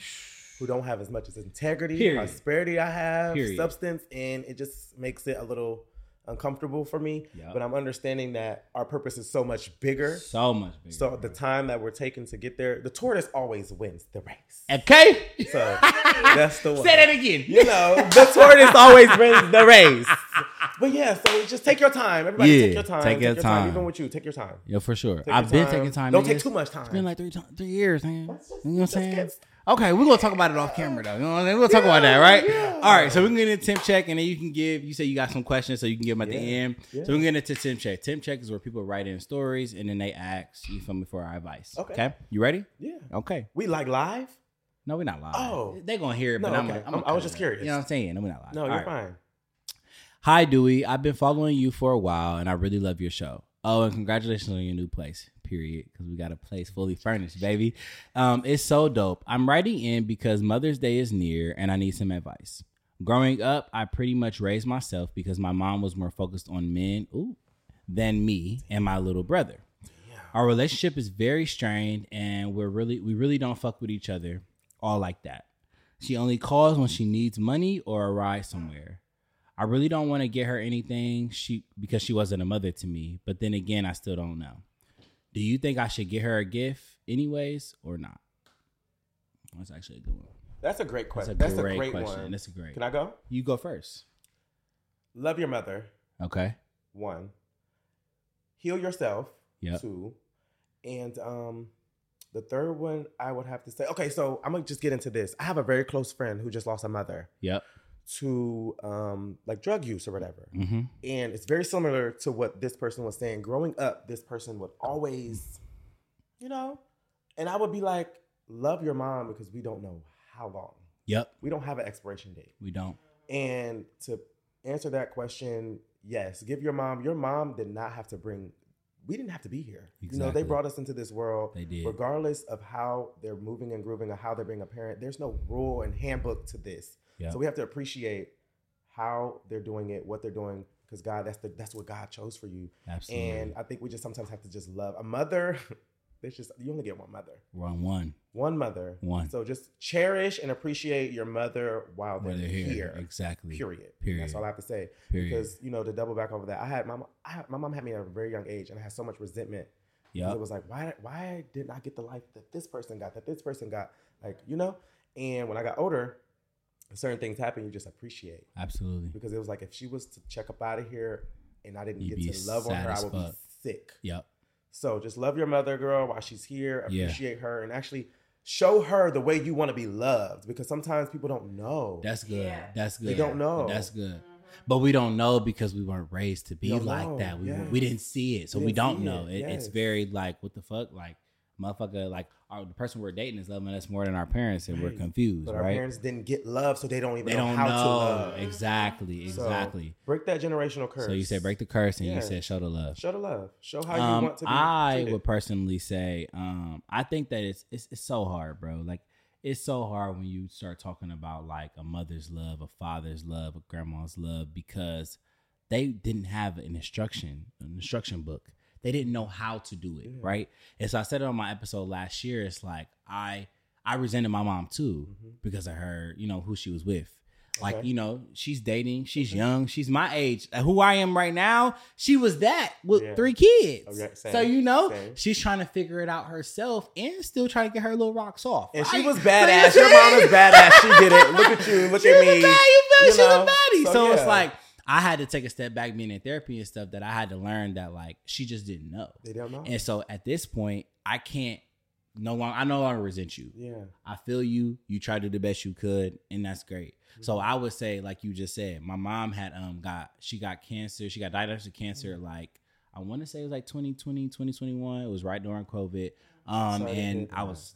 who don't have as much as integrity,
Period.
prosperity I have,
Period.
substance, and it just makes it a little uncomfortable for me.
Yup.
But I'm understanding that our purpose is so much bigger.
So much bigger.
So the time that we're taking to get there, the tortoise always wins the race.
okay. <laughs>
So
Period.
that's the one.
Say that again.
You know, <laughs> the tortoise always wins the race. But yeah, so just take your time. Everybody,
Yeah,
take your time.
take your time.
Even with you, take your time.
Yeah, for sure.
Take
I've
your
been taking time.
Don't
nigga.
take too much time.
It's been like three ti- three years, man.
Let's just-
you know what I'm
let's
saying?
get-
Okay, we're gonna talk about it off camera though. You know what I'm saying? We'll talk about that,
Yeah,
right?
yeah.
All right, so we're gonna get a temp check, and then you can give. You say you got some questions, so you can give them at the
Yeah,
end.
yeah.
So we're gonna get into temp check. Temp check is where people write in stories, and then they ask you feel me for our advice.
Okay.
you ready?
yeah,
Okay.
we like live.
No, we're not live.
Oh.
they're gonna hear it, but
No,
I'm.
okay.
A, I'm
I'm-
a
I was just
cut.
curious.
You know what I'm saying? No, we're not live.
No,
All
you're
right.
fine.
Hi, Dewey. I've been following you for a while, and I really love your show. Oh, and congratulations on your new place, period, because we got a place fully furnished, baby. Um, it's so dope. I'm writing in because Mother's Day is near, and I need some advice. Growing up, I pretty much raised myself because my mom was more focused on men ooh, than me and my little brother. Our relationship is very strained, and we're really we really don't fuck with each other all like that. She only calls when she needs money or a ride somewhere. I really don't want to get her anything she because she wasn't a mother to me, but then again, I still don't know. Do you think I should get her a gift anyways or not? That's actually a good one.
That's a great
That's a
question. That's
great, question.
one.
That's a great.
Can I go?
you go first.
Love your mother.
Okay.
One. Heal yourself.
Yep.
Two. And um, the third one, I would have to say. Okay, so I'm gonna just get into this. I have a very close friend who just lost a mother
Yep.
to um like drug use or whatever.
hmm
And it's very similar to what this person was saying. Growing up, this person would always, you know, and I would be like, love your mom because we don't know how long.
Yep.
We don't have an expiration date.
We don't.
And to answer that question, yes, give your mom, your mom did not have to bring, we didn't have to be here. You know,
Exactly.
they brought us into this world.
They did.
Regardless of how they're moving and grooving or how they're being a parent, there's no rule and handbook to this.
Yeah.
So we have to appreciate how they're doing it, what they're doing, because God, that's the that's what God chose for you.
Absolutely.
And I think we just sometimes have to just love a mother. <laughs> There's just you only get one mother,
We're on one.
one mother,
One.
So just cherish and appreciate your mother while
Where
they're,
they're
here.
here. Exactly.
Period.
Period.
That's all I have to say.
Period.
Because you know to double back over that, I had my mo- I, had- my mom had me at a very young age, and I had so much resentment. 'Cause
Yep.
It was like why why didn't I get the life that this person got that this person got like you know? And when I got older, certain things happen you just appreciate
Absolutely.
because it was like if she was to check up out of here and I didn't
You'd be
get to love on
sad
her, I
as
would
fuck.
be sick.
Yep.
So just love your mother, girl, while she's here.
Yeah.
Appreciate her and actually show her the way you want to be loved because sometimes people don't know.
That's good.
Yeah.
That's good.
They don't know.
That's good.
Mhm.
But we don't know because we weren't raised to be
Don't
like
know,
that. We,
yes.
we didn't see it, so
We
we
didn't
don't
see
know.
it,
It- It's
yes.
very like what the fuck, like motherfucker, like our, the person we're dating is loving us more than our parents, and we're
Right.
confused,
but our
right?
parents didn't get love, so they don't even
they
know
don't
how to
know
love.
exactly,
So,
exactly.
break that generational curse.
So, you said break the curse, and you
Yeah.
said show the love.
Show the love. Show how
Um,
you want to be.
I
treated.
would personally say, um, I think that it's, it's it's so hard, bro. Like it's so hard when you start talking about like a mother's love, a father's love, a grandma's love, because they didn't have an instruction, an instruction book. They didn't know how to do it,
Yeah.
right? And so I said it on my episode last year. It's like I I resented my mom too
Mhm.
because of her, you know, who she was with. Like,
Okay.
you know, she's dating, she's
Okay.
young, she's my age. Uh, Who I am right now, she was that with
Yeah.
three kids.
Okay, same,
so, you know,
same.
she's trying to figure it out herself and still trying to get her little rocks off.
And she
right? <laughs>
was
Like,
badass. Your mom was badass. She did it. Look at you. Look
She
at
was
me.
a bad, you feel me?
you
She's a
know?
baddie. So,
So,
it's
yeah.
like, I had to take a step back being in therapy and stuff that I had to learn that, like, she just didn't know.
They don't know.
And so at this point, I can't no longer I no longer resent you.
Yeah.
I feel you. You tried to do the best you could, and that's great.
Mhm.
So I would say, like you just said, my mom had um got she got cancer. She got diagnosed with cancer.
Mm-hmm.
Like I want to say it was like 2020, 2021. It was right during COVID. Um,
Sorry to hear
and I
that.
was,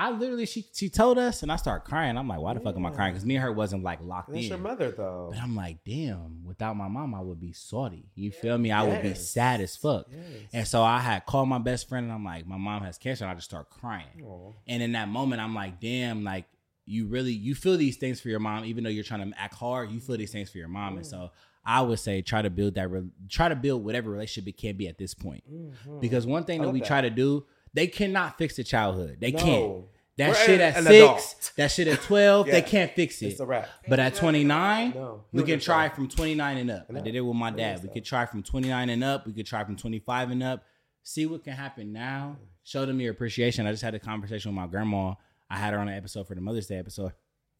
I literally she she told us, and I started crying. I'm like, why the fuck am I
Yeah.
crying? Because me and her wasn't like locked
That's
in.
your mother though.
But I'm like, damn, without my mom, I would be salty. You feel me? I would be
Yes.
sad as fuck.
Yes.
And so I had called my best friend and I'm like, my mom has cancer. And I just start crying.
Aw.
And in that moment, I'm like, damn, like you really you feel these things for your mom, even though you're trying to act hard. You feel these things for your mom, and
Yeah.
so I would say try to build that, re- try to build whatever relationship it can be at this point.
Mhm.
Because one thing
I
that
love
we
that.
try to do, they cannot fix the childhood. They
No.
can't. That
We're
shit
an-
at
an
six,
adult.
that shit at twelve,
Yeah.
they can't fix it.
It's a wrap.
But at 29,
No.
we
You're
can
an
try
adult.
from 29 and up. I
Yeah.
did it with my
It
dad.
is
We
that.
could try from 29 and up. We could try from 25 and up. See what can happen now. Show them your appreciation. I just had a conversation with my grandma. I had her on an episode for the Mother's Day episode.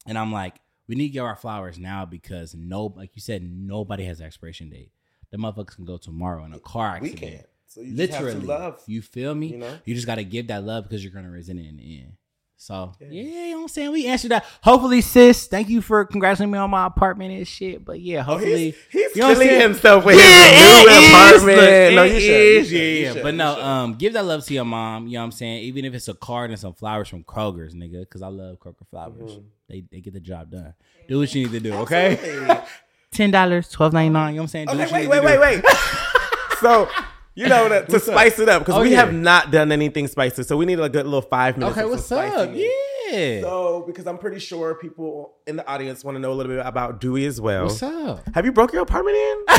And I'm like, we need to get our flowers now because no, like you said, nobody has an expiration date. The motherfuckers can go tomorrow in a car
We
accident.
can't. So you just
Literally.
have to love.
You feel me?
You know.
You just gotta give that love because you're gonna resent it in the end. So yeah,
Yeah.
you know what I'm saying? We answered that. Hopefully, sis, thank you for congratulating me on my apartment and shit. But yeah,
Oh,
hopefully
he's, he's
You know what I'm
killing
saying?
himself with
it
his
is,
new apartment.
look,
no,
it
you should.
is,
you should,
yeah,
you
yeah.
should,
But
you
no,
should.
um, give that love to your mom. You know what I'm saying? Even if it's a card and some flowers from Kroger's, nigga, because I love Kroger flowers.
Mhm.
They they get the job done. Do what you need to do, okay?
Absolutely.
<laughs> Ten dollars, twelve ninety nine. You know what I'm saying? Do what
Okay,
you
wait,
need
wait,
to
wait,
do.
wait.
<laughs>
so, you know, to, to
What's up?
spice it up, because
Oh,
we
yeah.
have not done anything spicy, so we need a good little five minutes.
Okay,
of some
what's up?
spiciness.
Yeah.
So, because I'm pretty sure people in the audience want to know a little bit about Dewey as well.
what's up?
Have you broke your
<laughs>
apartment in? <laughs>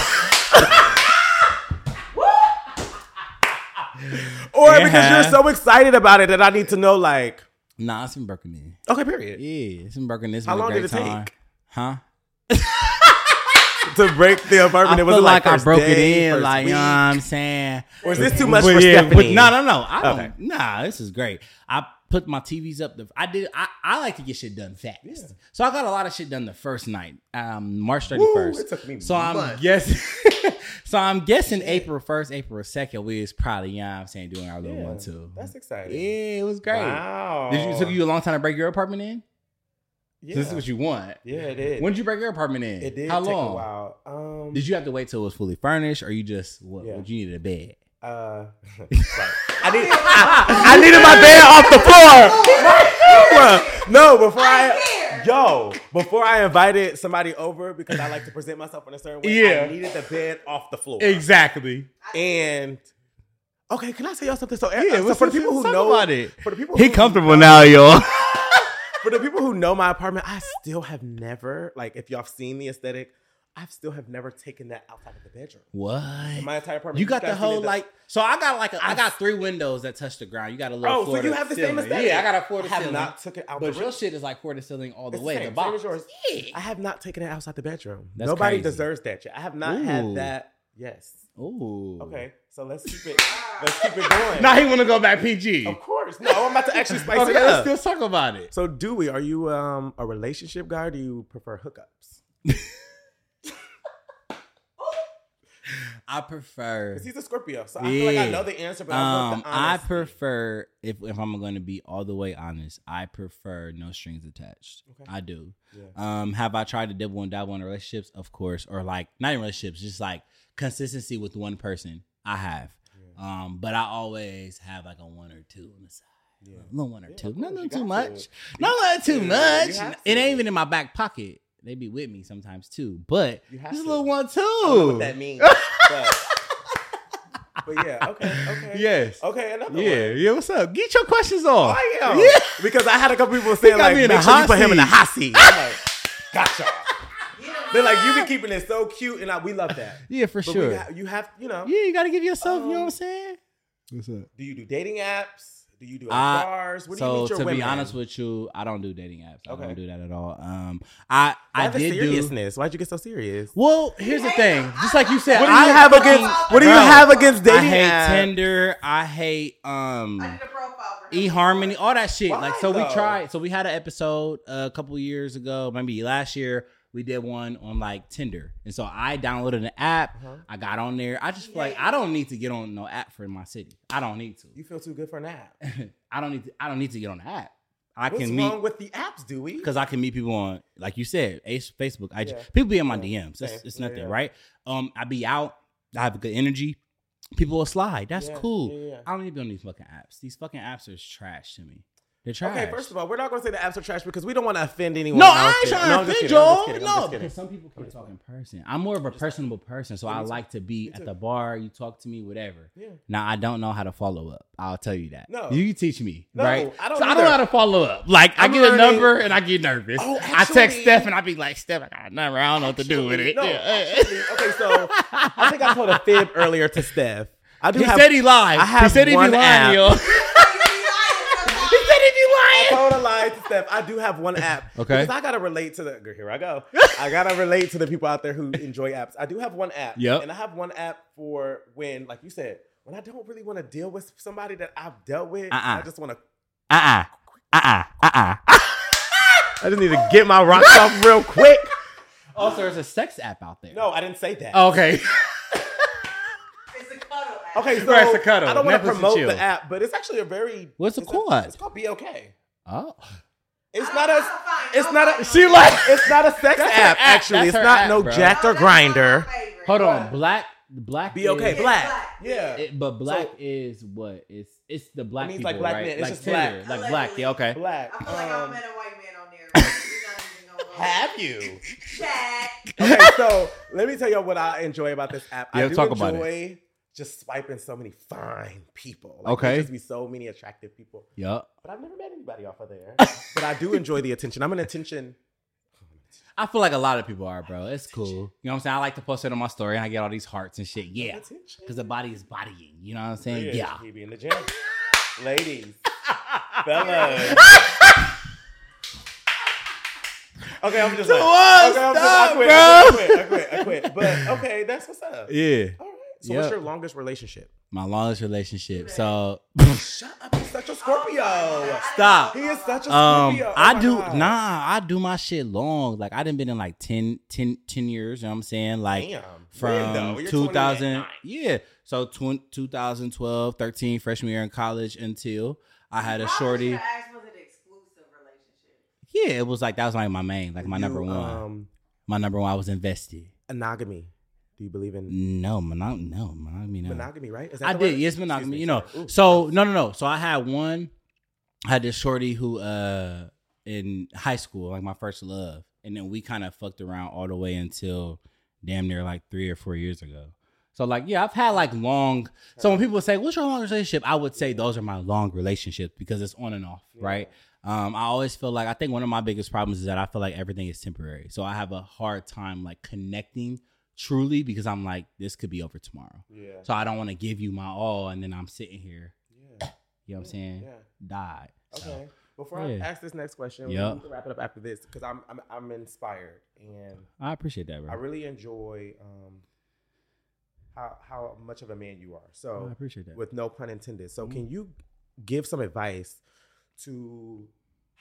or
Yeah.
because you're so excited about it that I need to know, like,
Nah, it's in Birkenhead.
okay, period.
Yeah, it's in Birkin. This
How
was a
long
great
did it
time.
take?
Huh?
To break the
I
apartment, it
feel
was
like,
like,
I
first
broke
day,
it in,
first
like you
week.
know what I'm saying.
Or is this too much
But
for
yeah, but
Stephanie?
no, no, no. I don't.
Okay.
Nah, this is great. I put my TVs up. The I did. I, I like to get shit done fast. So I got a lot of shit done the first night, um, March thirty
Woo, it
first.
took me
So I'm
months.
guessing. <laughs> so I'm guessing April first, April second. We is probably yeah. I'm saying doing our little
Yeah,
one too.
That's exciting.
yeah, it was great.
Wow.
Did you took you a long time to break your apartment in?
Yeah.
This is what you want.
yeah, it did.
When did you break your apartment in?
it did
How
take
long?
a while. Um,
Did you have to wait till it was fully furnished, or you just what?
Yeah.
what you needed a bed? <laughs>
Uh, <laughs> right. I need. <laughs> I, I needed my bed off the floor. No, before I,
I
yo, before I invited somebody over because I like to present myself in a certain way.
Yeah.
I needed the bed off the floor.
Exactly.
And okay, can I tell y'all something? So, uh, so
what's-
for the people who
talk
know
about it.
for the people
He
who
comfortable now, y'all.
For the people who know my apartment, I still have never, like, if y'all have seen the aesthetic, I still have never taken that outside of the bedroom.
What?
In my entire apartment.
You got the
guys seen it
whole
though.
like. So I got like a, I got three windows that touch the ground. You got a little.
Oh,
floor
so you
to
have the same
ceiling.
aesthetic.
Yeah, I got a floor to
I have
ceiling.
not took it out
but
the
real
room.
shit is like floor to ceiling all the
It's
way.
same,
the
same
box.
as yours.
Yeah.
I have not taken it outside the bedroom.
That's
Nobody
crazy.
deserves that shit. I have not
Ooh.
had that. Yes.
Ooh.
Okay. So let's keep it. let's keep
<laughs>
it going.
Now he want to go back PG.
of course. No, I'm about to actually spice
Okay,
it up.
let's still talk about it.
so Dewey, are you um a relationship guy or do you prefer hookups?
I prefer.
Because he's a Scorpio. So I feel like I
Yeah.
know the answer, but I want
Um,
the
I
honesty.
prefer if if I'm going to be all the way honest, I prefer no strings attached.
Okay.
I do.
Yeah.
Um, have I tried to dabble and dabble in relationships? Of course, or like not in relationships, just like consistency with one person. I have.
Yeah.
Um, but I always have like a one or two on the side.
Yeah.
A little one or
Yeah,
two.
of
Not
course,
little
you
too
got to.
much.
You
Not little too
to. You
much.
have
It
to.
ain't even in my back pocket. They be with me sometimes too. But
You have
just a
to.
little one too.
I don't know what that means. but, <laughs> but yeah, okay,
<laughs>
okay.
Yes.
Okay, another
Yeah,
one.
yeah, what's up? Get your questions off.
I am.
Yeah.
Because I had a couple people saying
got
like,
me in
make
the
sure
hot
you put him in the
seat.
hot seat. I'm like, gotcha.
Get him
They're like, you be keeping it so cute, and I, we love that.
Yeah, for
But
sure.
we ha- you have, you know.
yeah, you gotta give yourself, you know what I'm
Um,
saying? What's up?
Do you do dating apps? Do you do at
Uh,
bars? Where do you
so
meet your
to
women?
be honest with you, I don't do dating apps. I
Okay.
don't do that at all. Um, I I
Why the
did do.
seriousness? Why'd you get so serious?
Well, here's the thing. Just like you said,
What do you
I
have
fucking-
against? What do you
Bro,
have against dating
I hate
apps?
Tinder. I hate um.
I did a profile for him.
eHarmony, oh.
<laughs>
all that shit.
Why,
like, so we
though?
tried. So we had an episode uh, a couple years ago, maybe last year. We did one on like Tinder, and so I downloaded an app.
Uh-huh.
I got on there. I just feel like
Yeah.
I don't need to get on no app for my city. I don't need to.
You feel too good for an app.
<coughs> I don't need to, I don't need to get on the app. I
What's
can
wrong
meet
with the apps, Dewey?
because I can meet people on like you said, Ace, Facebook, IG.
Yeah.
People be in my
Yeah.
DMs. It's,
Same.
it's
Yeah,
nothing,
yeah.
right? Um, I be out. I have good energy. People will slide. That's
Yeah,
cool.
yeah, yeah.
I don't need to be on these fucking apps. These fucking apps are trash to me. They're trash.
Okay, first of all, we're not going to say the apps are trash because we don't want to offend anyone.
no,
out
I ain't
there.
trying
No,
to
I'm just
offend
kidding, I'm just
y'all.
kidding, I'm
No,
just kidding.
because some people can't talk in person. I'm more of a personable person, so I like to be at the bar. You talk to me, whatever.
Yeah.
Now I don't know how to follow up. I'll tell you that.
No.
you can teach me,
No,
right?
I don't
So I don't know
either.
how to follow up. Like i
I'm
get a
learning-
number and I get nervous.
Oh,
I text
actually-
Steph and I be like, Steph, I got a number. I don't know what to do with it.
No,
Yeah. <laughs>
actually, okay, so I think I told a fib earlier to Steph. I do
he
have,
said he lied.
I
he
have
said he be
one
lying,
app.
yo. <laughs> he said
I
he be lying.
<laughs> told a lie to Steph. I do have one app.
<laughs> Okay.
Because I gotta relate to the girl, here
<laughs>
I go. I gotta relate to the people out there who enjoy apps. I do have one app.
Yep.
And I have one app for when, like you said, when I don't really want to deal with somebody that I've dealt with.
Uh-uh.
I
<laughs>
just wanna
Uh uh-uh. uh uh uh uh.
I just need to get my rocks <laughs> off real quick.
Also, there's a sex app out there.
No, I didn't say that.
Okay. <laughs>
It's a cuddle. app.
Okay, so
Right, it's a cuddle.
I don't want
Netflix
to
and
promote
chill.
the app, but it's actually a very
What's it
it's
called?
it's called BLK.
Oh.
It's
I
not
don't
a
find
it's not
<laughs>
a
nobody
she
on
like it's not a sex
That's her app.
app actually.
That's
It's
her
not
app,
no
bro.
jacked
Oh,
or
that's my
grinder.
favorite.
Hold on,
What?
black, black.
Be okay,
is-
black.
black.
Yeah.
it- but black
So-
is what? It's it's the black
means
people,
like black
right?
men. It's
like
just
Tinder,
black.
like black. Yeah, okay.
Black.
I feel like I
Um,
met a white man on there.
Um,
You're not even gonna lie.
you?
Jack.
<laughs> okay, so let me tell y'all what I enjoy about this app.
Yeah,
I do
talk
enjoy
about it.
just swiping so many fine people.
Okay.
there's Just be so many attractive people.
Yup.
But I've never met anybody off
<laughs>
of there. but I do enjoy the attention. I'm an attention.
I feel like a lot of people are, bro. It's cool. You know what I'm saying? I like to post it on my story and I get all these hearts and shit. Yeah.
Attention.
Because the body is bodying. You know what I'm saying? Yeah.
Oh, He be in the gym.
<laughs>
Ladies. Fellas. okay, I'm just
So
like,
what?
okay, I'm
Stop,
just, I quit, I quit, I quit, I quit. But okay, that's what's up.
Yeah.
All right. So
Yeah.
what's your longest relationship?
My longest relationship. So
Shut up, he's such a
Oh,
Scorpio.
Stop.
Oh, He is such a
um
Scorpio. Oh
I
my
do
God.
nah, I do my shit long. Like I done been in like 10, 10, 10 years, you know what I'm saying? Like
Damn. When,
from
though? You're
2000
29.
yeah so tw- 2012 13 freshman year in college until i had a
How
shorty
much your ass was an exclusive relationship?
yeah it was like that was like my main like my
You,
number one
Um,
my number one i was invested
monogamy. Do you believe in
no monog- no monogamy no
monogamy, right? Is
i
the
did
word?
yes
Excuse
monogamy
me,
you know
sorry. Ooh.
so no no no so i had one i had this shorty who uh in high school like my first love and then we kind of fucked around all the way until damn near like three or four years ago so like yeah i've had like long So when people say, "What's your long relationship?" I would say those are my long relationships because it's on and off,
Yeah.
right? Um, I always feel like I think one of my biggest problems is that I feel like everything is temporary. So I have a hard time like connecting truly because I'm like, this could be over tomorrow.
Yeah.
So I don't want to give you my all, and then I'm sitting here.
yeah.
You know what I'm saying?
Yeah.
Died. So,
Okay. Before
Yeah.
I ask this next question,
Yeah.
we need to wrap it up after this because I'm, I'm I'm inspired and
I appreciate that, bro.
I really enjoy um how how much of a man you are.
I
So
appreciate that.
with no pun intended. So
Mhm.
can you give some advice to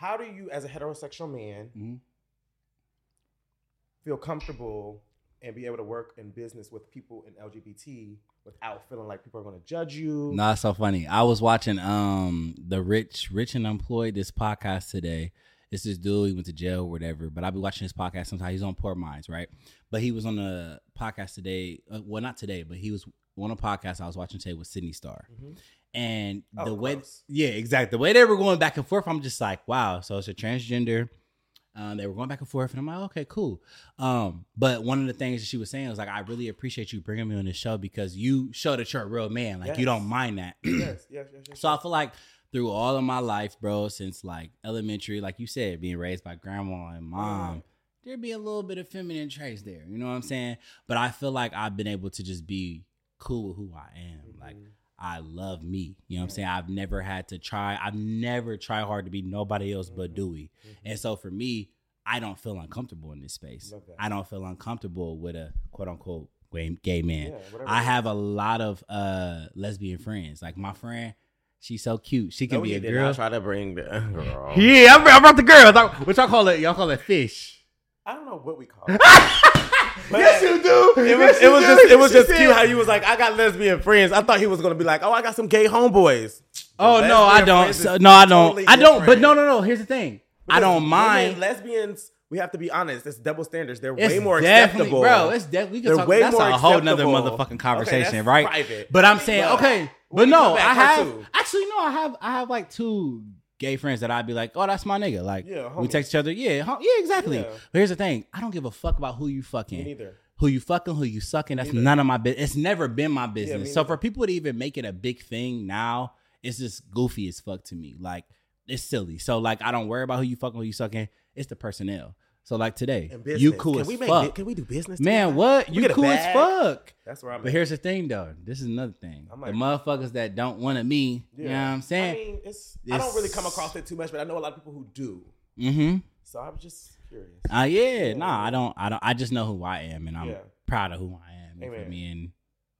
how do you as a heterosexual man
Mhm.
feel comfortable and be able to work in business with people in LGBT without feeling like people are going to judge you?
No, it's so funny. I was watching um the Rich Rich and Employed this podcast today. It's this dude, he went to jail or whatever, but I'll be watching his podcast sometimes. He's on Poor Minds, right? But he was on a podcast today. Uh, well, not today, but he was on a podcast I was watching today with Sydney Star.
Mhm.
And
Oh,
the way
close.
yeah, exactly. The way they were going back and forth, I'm just like, wow. So it's a transgender. Um, they were going back and forth, and I'm like, okay, cool. Um, but one of the things that she was saying was like, I really appreciate you bringing me on this show because you show that you're a real man. Like you
Yes.
don't mind that.
yes, yes, yes,
<clears throat>
yes.
So I feel like through all of my life, bro, since like elementary, like you said, being raised by grandma and mom, there'd be a little bit of feminine traits there. You know what I'm saying? But I feel like I've been able to just be cool with who I am. Like
Mhm.
I love me. You know what I'm saying? I've never had to try. I've never tried hard to be nobody else but
Mhm.
Dewey.
Mhm.
And so for me, I don't feel uncomfortable in this space.
Love that.
I don't feel uncomfortable with a quote unquote gay gay man.
Yeah, whatever
I
it is.
have a lot of uh lesbian friends. Like my friend, she's so cute. She can
No,
be
you
a
did
girl.
not Try to bring the uh, girl.
Yeah, I brought, I brought the girls. I- What y'all call it? Y'all call it fish.
I don't know what we call
<laughs>
it. But
do.
It was, it was just it was just cute how you was like I got lesbian friends. I thought he was gonna be like, oh, I got some gay homeboys.
Oh
Lesbian
no, I don't.
friends
So-
is
no, I don't.
totally
I don't. But
different.
no, no, no. Here's the thing. I
Because
don't
women,
mind.
lesbians, we have to be honest. It's double standards. They're
It's
way more
definitely-
acceptable,
bro. It's de- we can
They're
talk.
way
That's
more
a whole nother
acceptable.
motherfucking
Okay,
conversation,
that's
right?
private.
But I'm saying,
But
okay,
we
but
can
no,
come
I
back,
have
part two.
actually no, I have I have like two gay friends that I'd be like, oh, that's my nigga. Like
Yeah,
we
homie.
text each other, yeah, hom- yeah, exactly.
Yeah.
But here's the thing, I don't give a fuck about who you
me
fucking,
neither.
who you fucking, who you sucking. That's
Neither.
none of my business. It's never been my business.
me
so
neither.
for people to even make it a big thing now, it's just goofy as fuck to me. Like it's silly. So like I don't worry about who you fucking, who you sucking. It's the personnel. So like today,
And business.
you cool
can
as
we make,
fuck.
bu- Can we do business?
Man,
together?
what?
We
You
get a
cool as
bag.
fuck.
That's where I'm.
But
at.
here's the thing, though. This is another thing.
I'm
the
like-
motherfuckers that don't want to me. You know
Yeah.
what I'm
I
saying?
mean, it's, I don't really come
It's-
across it too much, but I know a lot of people who do. So I'm just curious.
mm-hmm. Uh, yeah,
Yeah.
Nah, I don't. I don't. I just know who I am, and I'm
Yeah.
proud of who I am. You feel
Amen.
me? And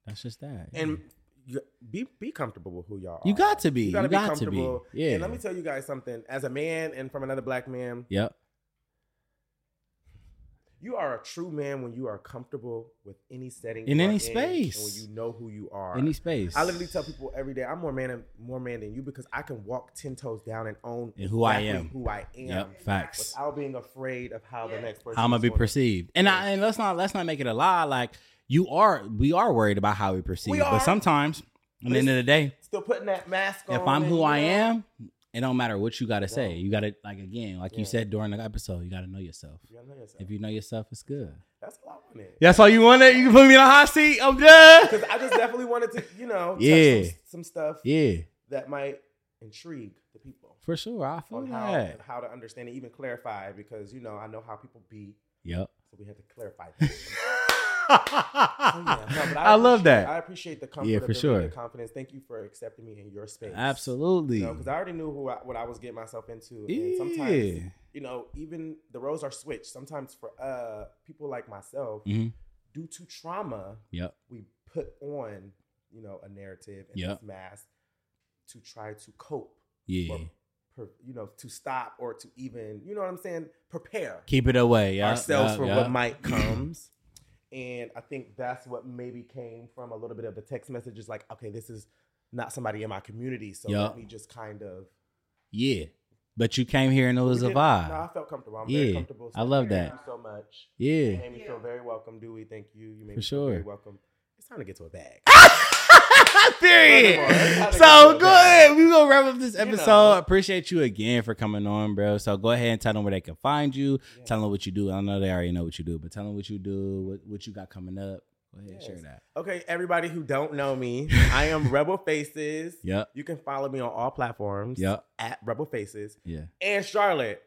that's just that.
and you, be be comfortable with who y'all are.
Mm. you got to be. You,
gotta
got to be. Yeah.
And let me tell you guys something. As a man and from another black man,
yep.
you are a true man when you are comfortable with any setting,
In
you
any
are
space.
and when you know who you are.
Any space.
I literally tell people every day, I'm more man, more man than you because I can walk ten toes down and own
And who I
exactly
am.
who I am,
Yep. Facts.
without being afraid of how the
Yeah.
next person.
How I'm gonna
is
be
going to-
perceived. And I, and let's not let's not make it a lie. Like you are. We are worried about how we perceive. But
are.
sometimes, at the end of the day,
Still putting that mask on.
if I'm
and,
who
you
I
know,
am, it don't matter what you gotta say.
No.
You gotta like again, like you
Yeah.
said during the episode, you gotta know yourself.
you gotta know yourself.
If you know yourself, it's good.
That's all I wanted.
That's all you wanted. You can put me in a hot seat. I'm done.
Because I just definitely wanted to,
<laughs>
you know, touch
Yeah.
some, some stuff
Yeah,
that might intrigue the people
for sure. I feel
on how,
that.
how to understand and even clarify because, you know, I know how people be.
Yep.
So we had to clarify
<laughs>
that. <laughs> Oh, yeah. No, but
I love
appreciate-
that.
I appreciate the comfort.
Yeah, for sure.
The confidence. Thank you for accepting me in your space.
Absolutely.
You know, because I already knew who I, what I was getting myself into. And
Yeah.
sometimes, you know, even the roles are switched. Sometimes for uh people like myself,
Mhm.
due to trauma,
Yep.
we put on, you know, a narrative and
Yeah.
this mask to try to cope,
Yeah.
or, per, you know, to stop or to even, you know what I'm saying, prepare
Keep it away. Yep.
ourselves
yep,
for
yep. <clears throat>
what might comes. and I think that's what maybe came from a little bit of the text messages like, okay, this is not somebody in my community. So
Yeah.
let me just kind of.
Yeah. But you came here and it was a
We didn't- No, I
vibe.
felt comfortable. I'm
Yeah,
very comfortable.
I love
thank
that.
you so much. You <laughs>
Yeah.
made me feel very welcome, Dewey. Thank you. You made
For
me feel very
sure. Ah!
welcome. It's time to get to a bag.
<laughs> Period.
Furthermore,
So go ahead. We're gonna wrap up this
You know.
episode. Appreciate you again for coming on, bro. So go ahead and tell them where they can find you.
Yeah.
Tell them what you do. I know they already know what you do, but tell them what you do, what, what you got coming up. Go ahead and share
Yes.
that.
Okay, everybody who don't know
<laughs>
me, I am Rebel Faces.
Yep.
You can follow me on all platforms
Yep.
at Rebel Faces
Yeah.
and Charlotte.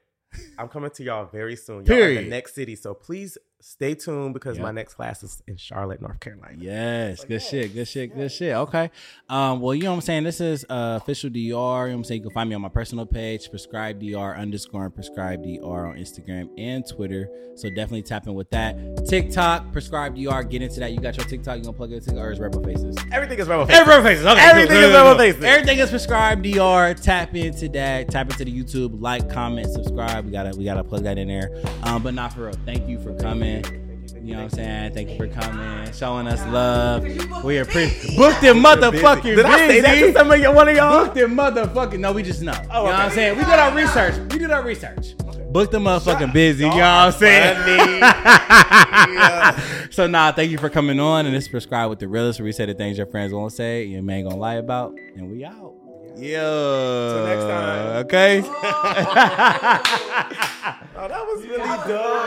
I'm coming to y'all very soon. Y'all are in
Period.
the next city, so please stay tuned because
Yep.
my next class is in Charlotte, North Carolina.
Yes,
Like,
good
yes,
shit, good shit, good
yes.
shit. Okay. Um, well, you know what I'm saying? This is uh, official DR. You know what I'm saying? You can find me on my personal page, prescribe DR underscore and prescribe DR on Instagram and Twitter. So definitely tap in with that. TikTok, prescribe DR, get into that. You got your TikTok, you gonna plug it into or is Rebel Faces.
Everything is Rebel Faces.
Everything faces. Okay,
<laughs> Everything
cool,
is
cool,
Rebel
cool.
Faces.
Everything is prescribed. Dr. Tap into that. Tap into the YouTube. Like, comment, subscribe. We gotta, we gotta plug that in there. Um, but not for real. Thank you for coming. You know what I'm saying? Thank you for coming, showing us love. We appreciate. Booked in motherfucking busy.
Did I say that to some of y'all, one of y'all?
<laughs> Booked in motherfucking. No, we just know. You know what I'm
Oh, okay.
saying? We did our research. We did our research. Booked the motherfucking busy. You know what I'm
<laughs> Funny.
saying? <laughs> so nah, thank you for coming on. And it's prescribed with the realest where we say the things your friends won't say, and your man gonna lie about, and we out. Yeah.
Till next time.
Okay.
Oh.
<laughs>
<laughs> Oh, that was really dumb.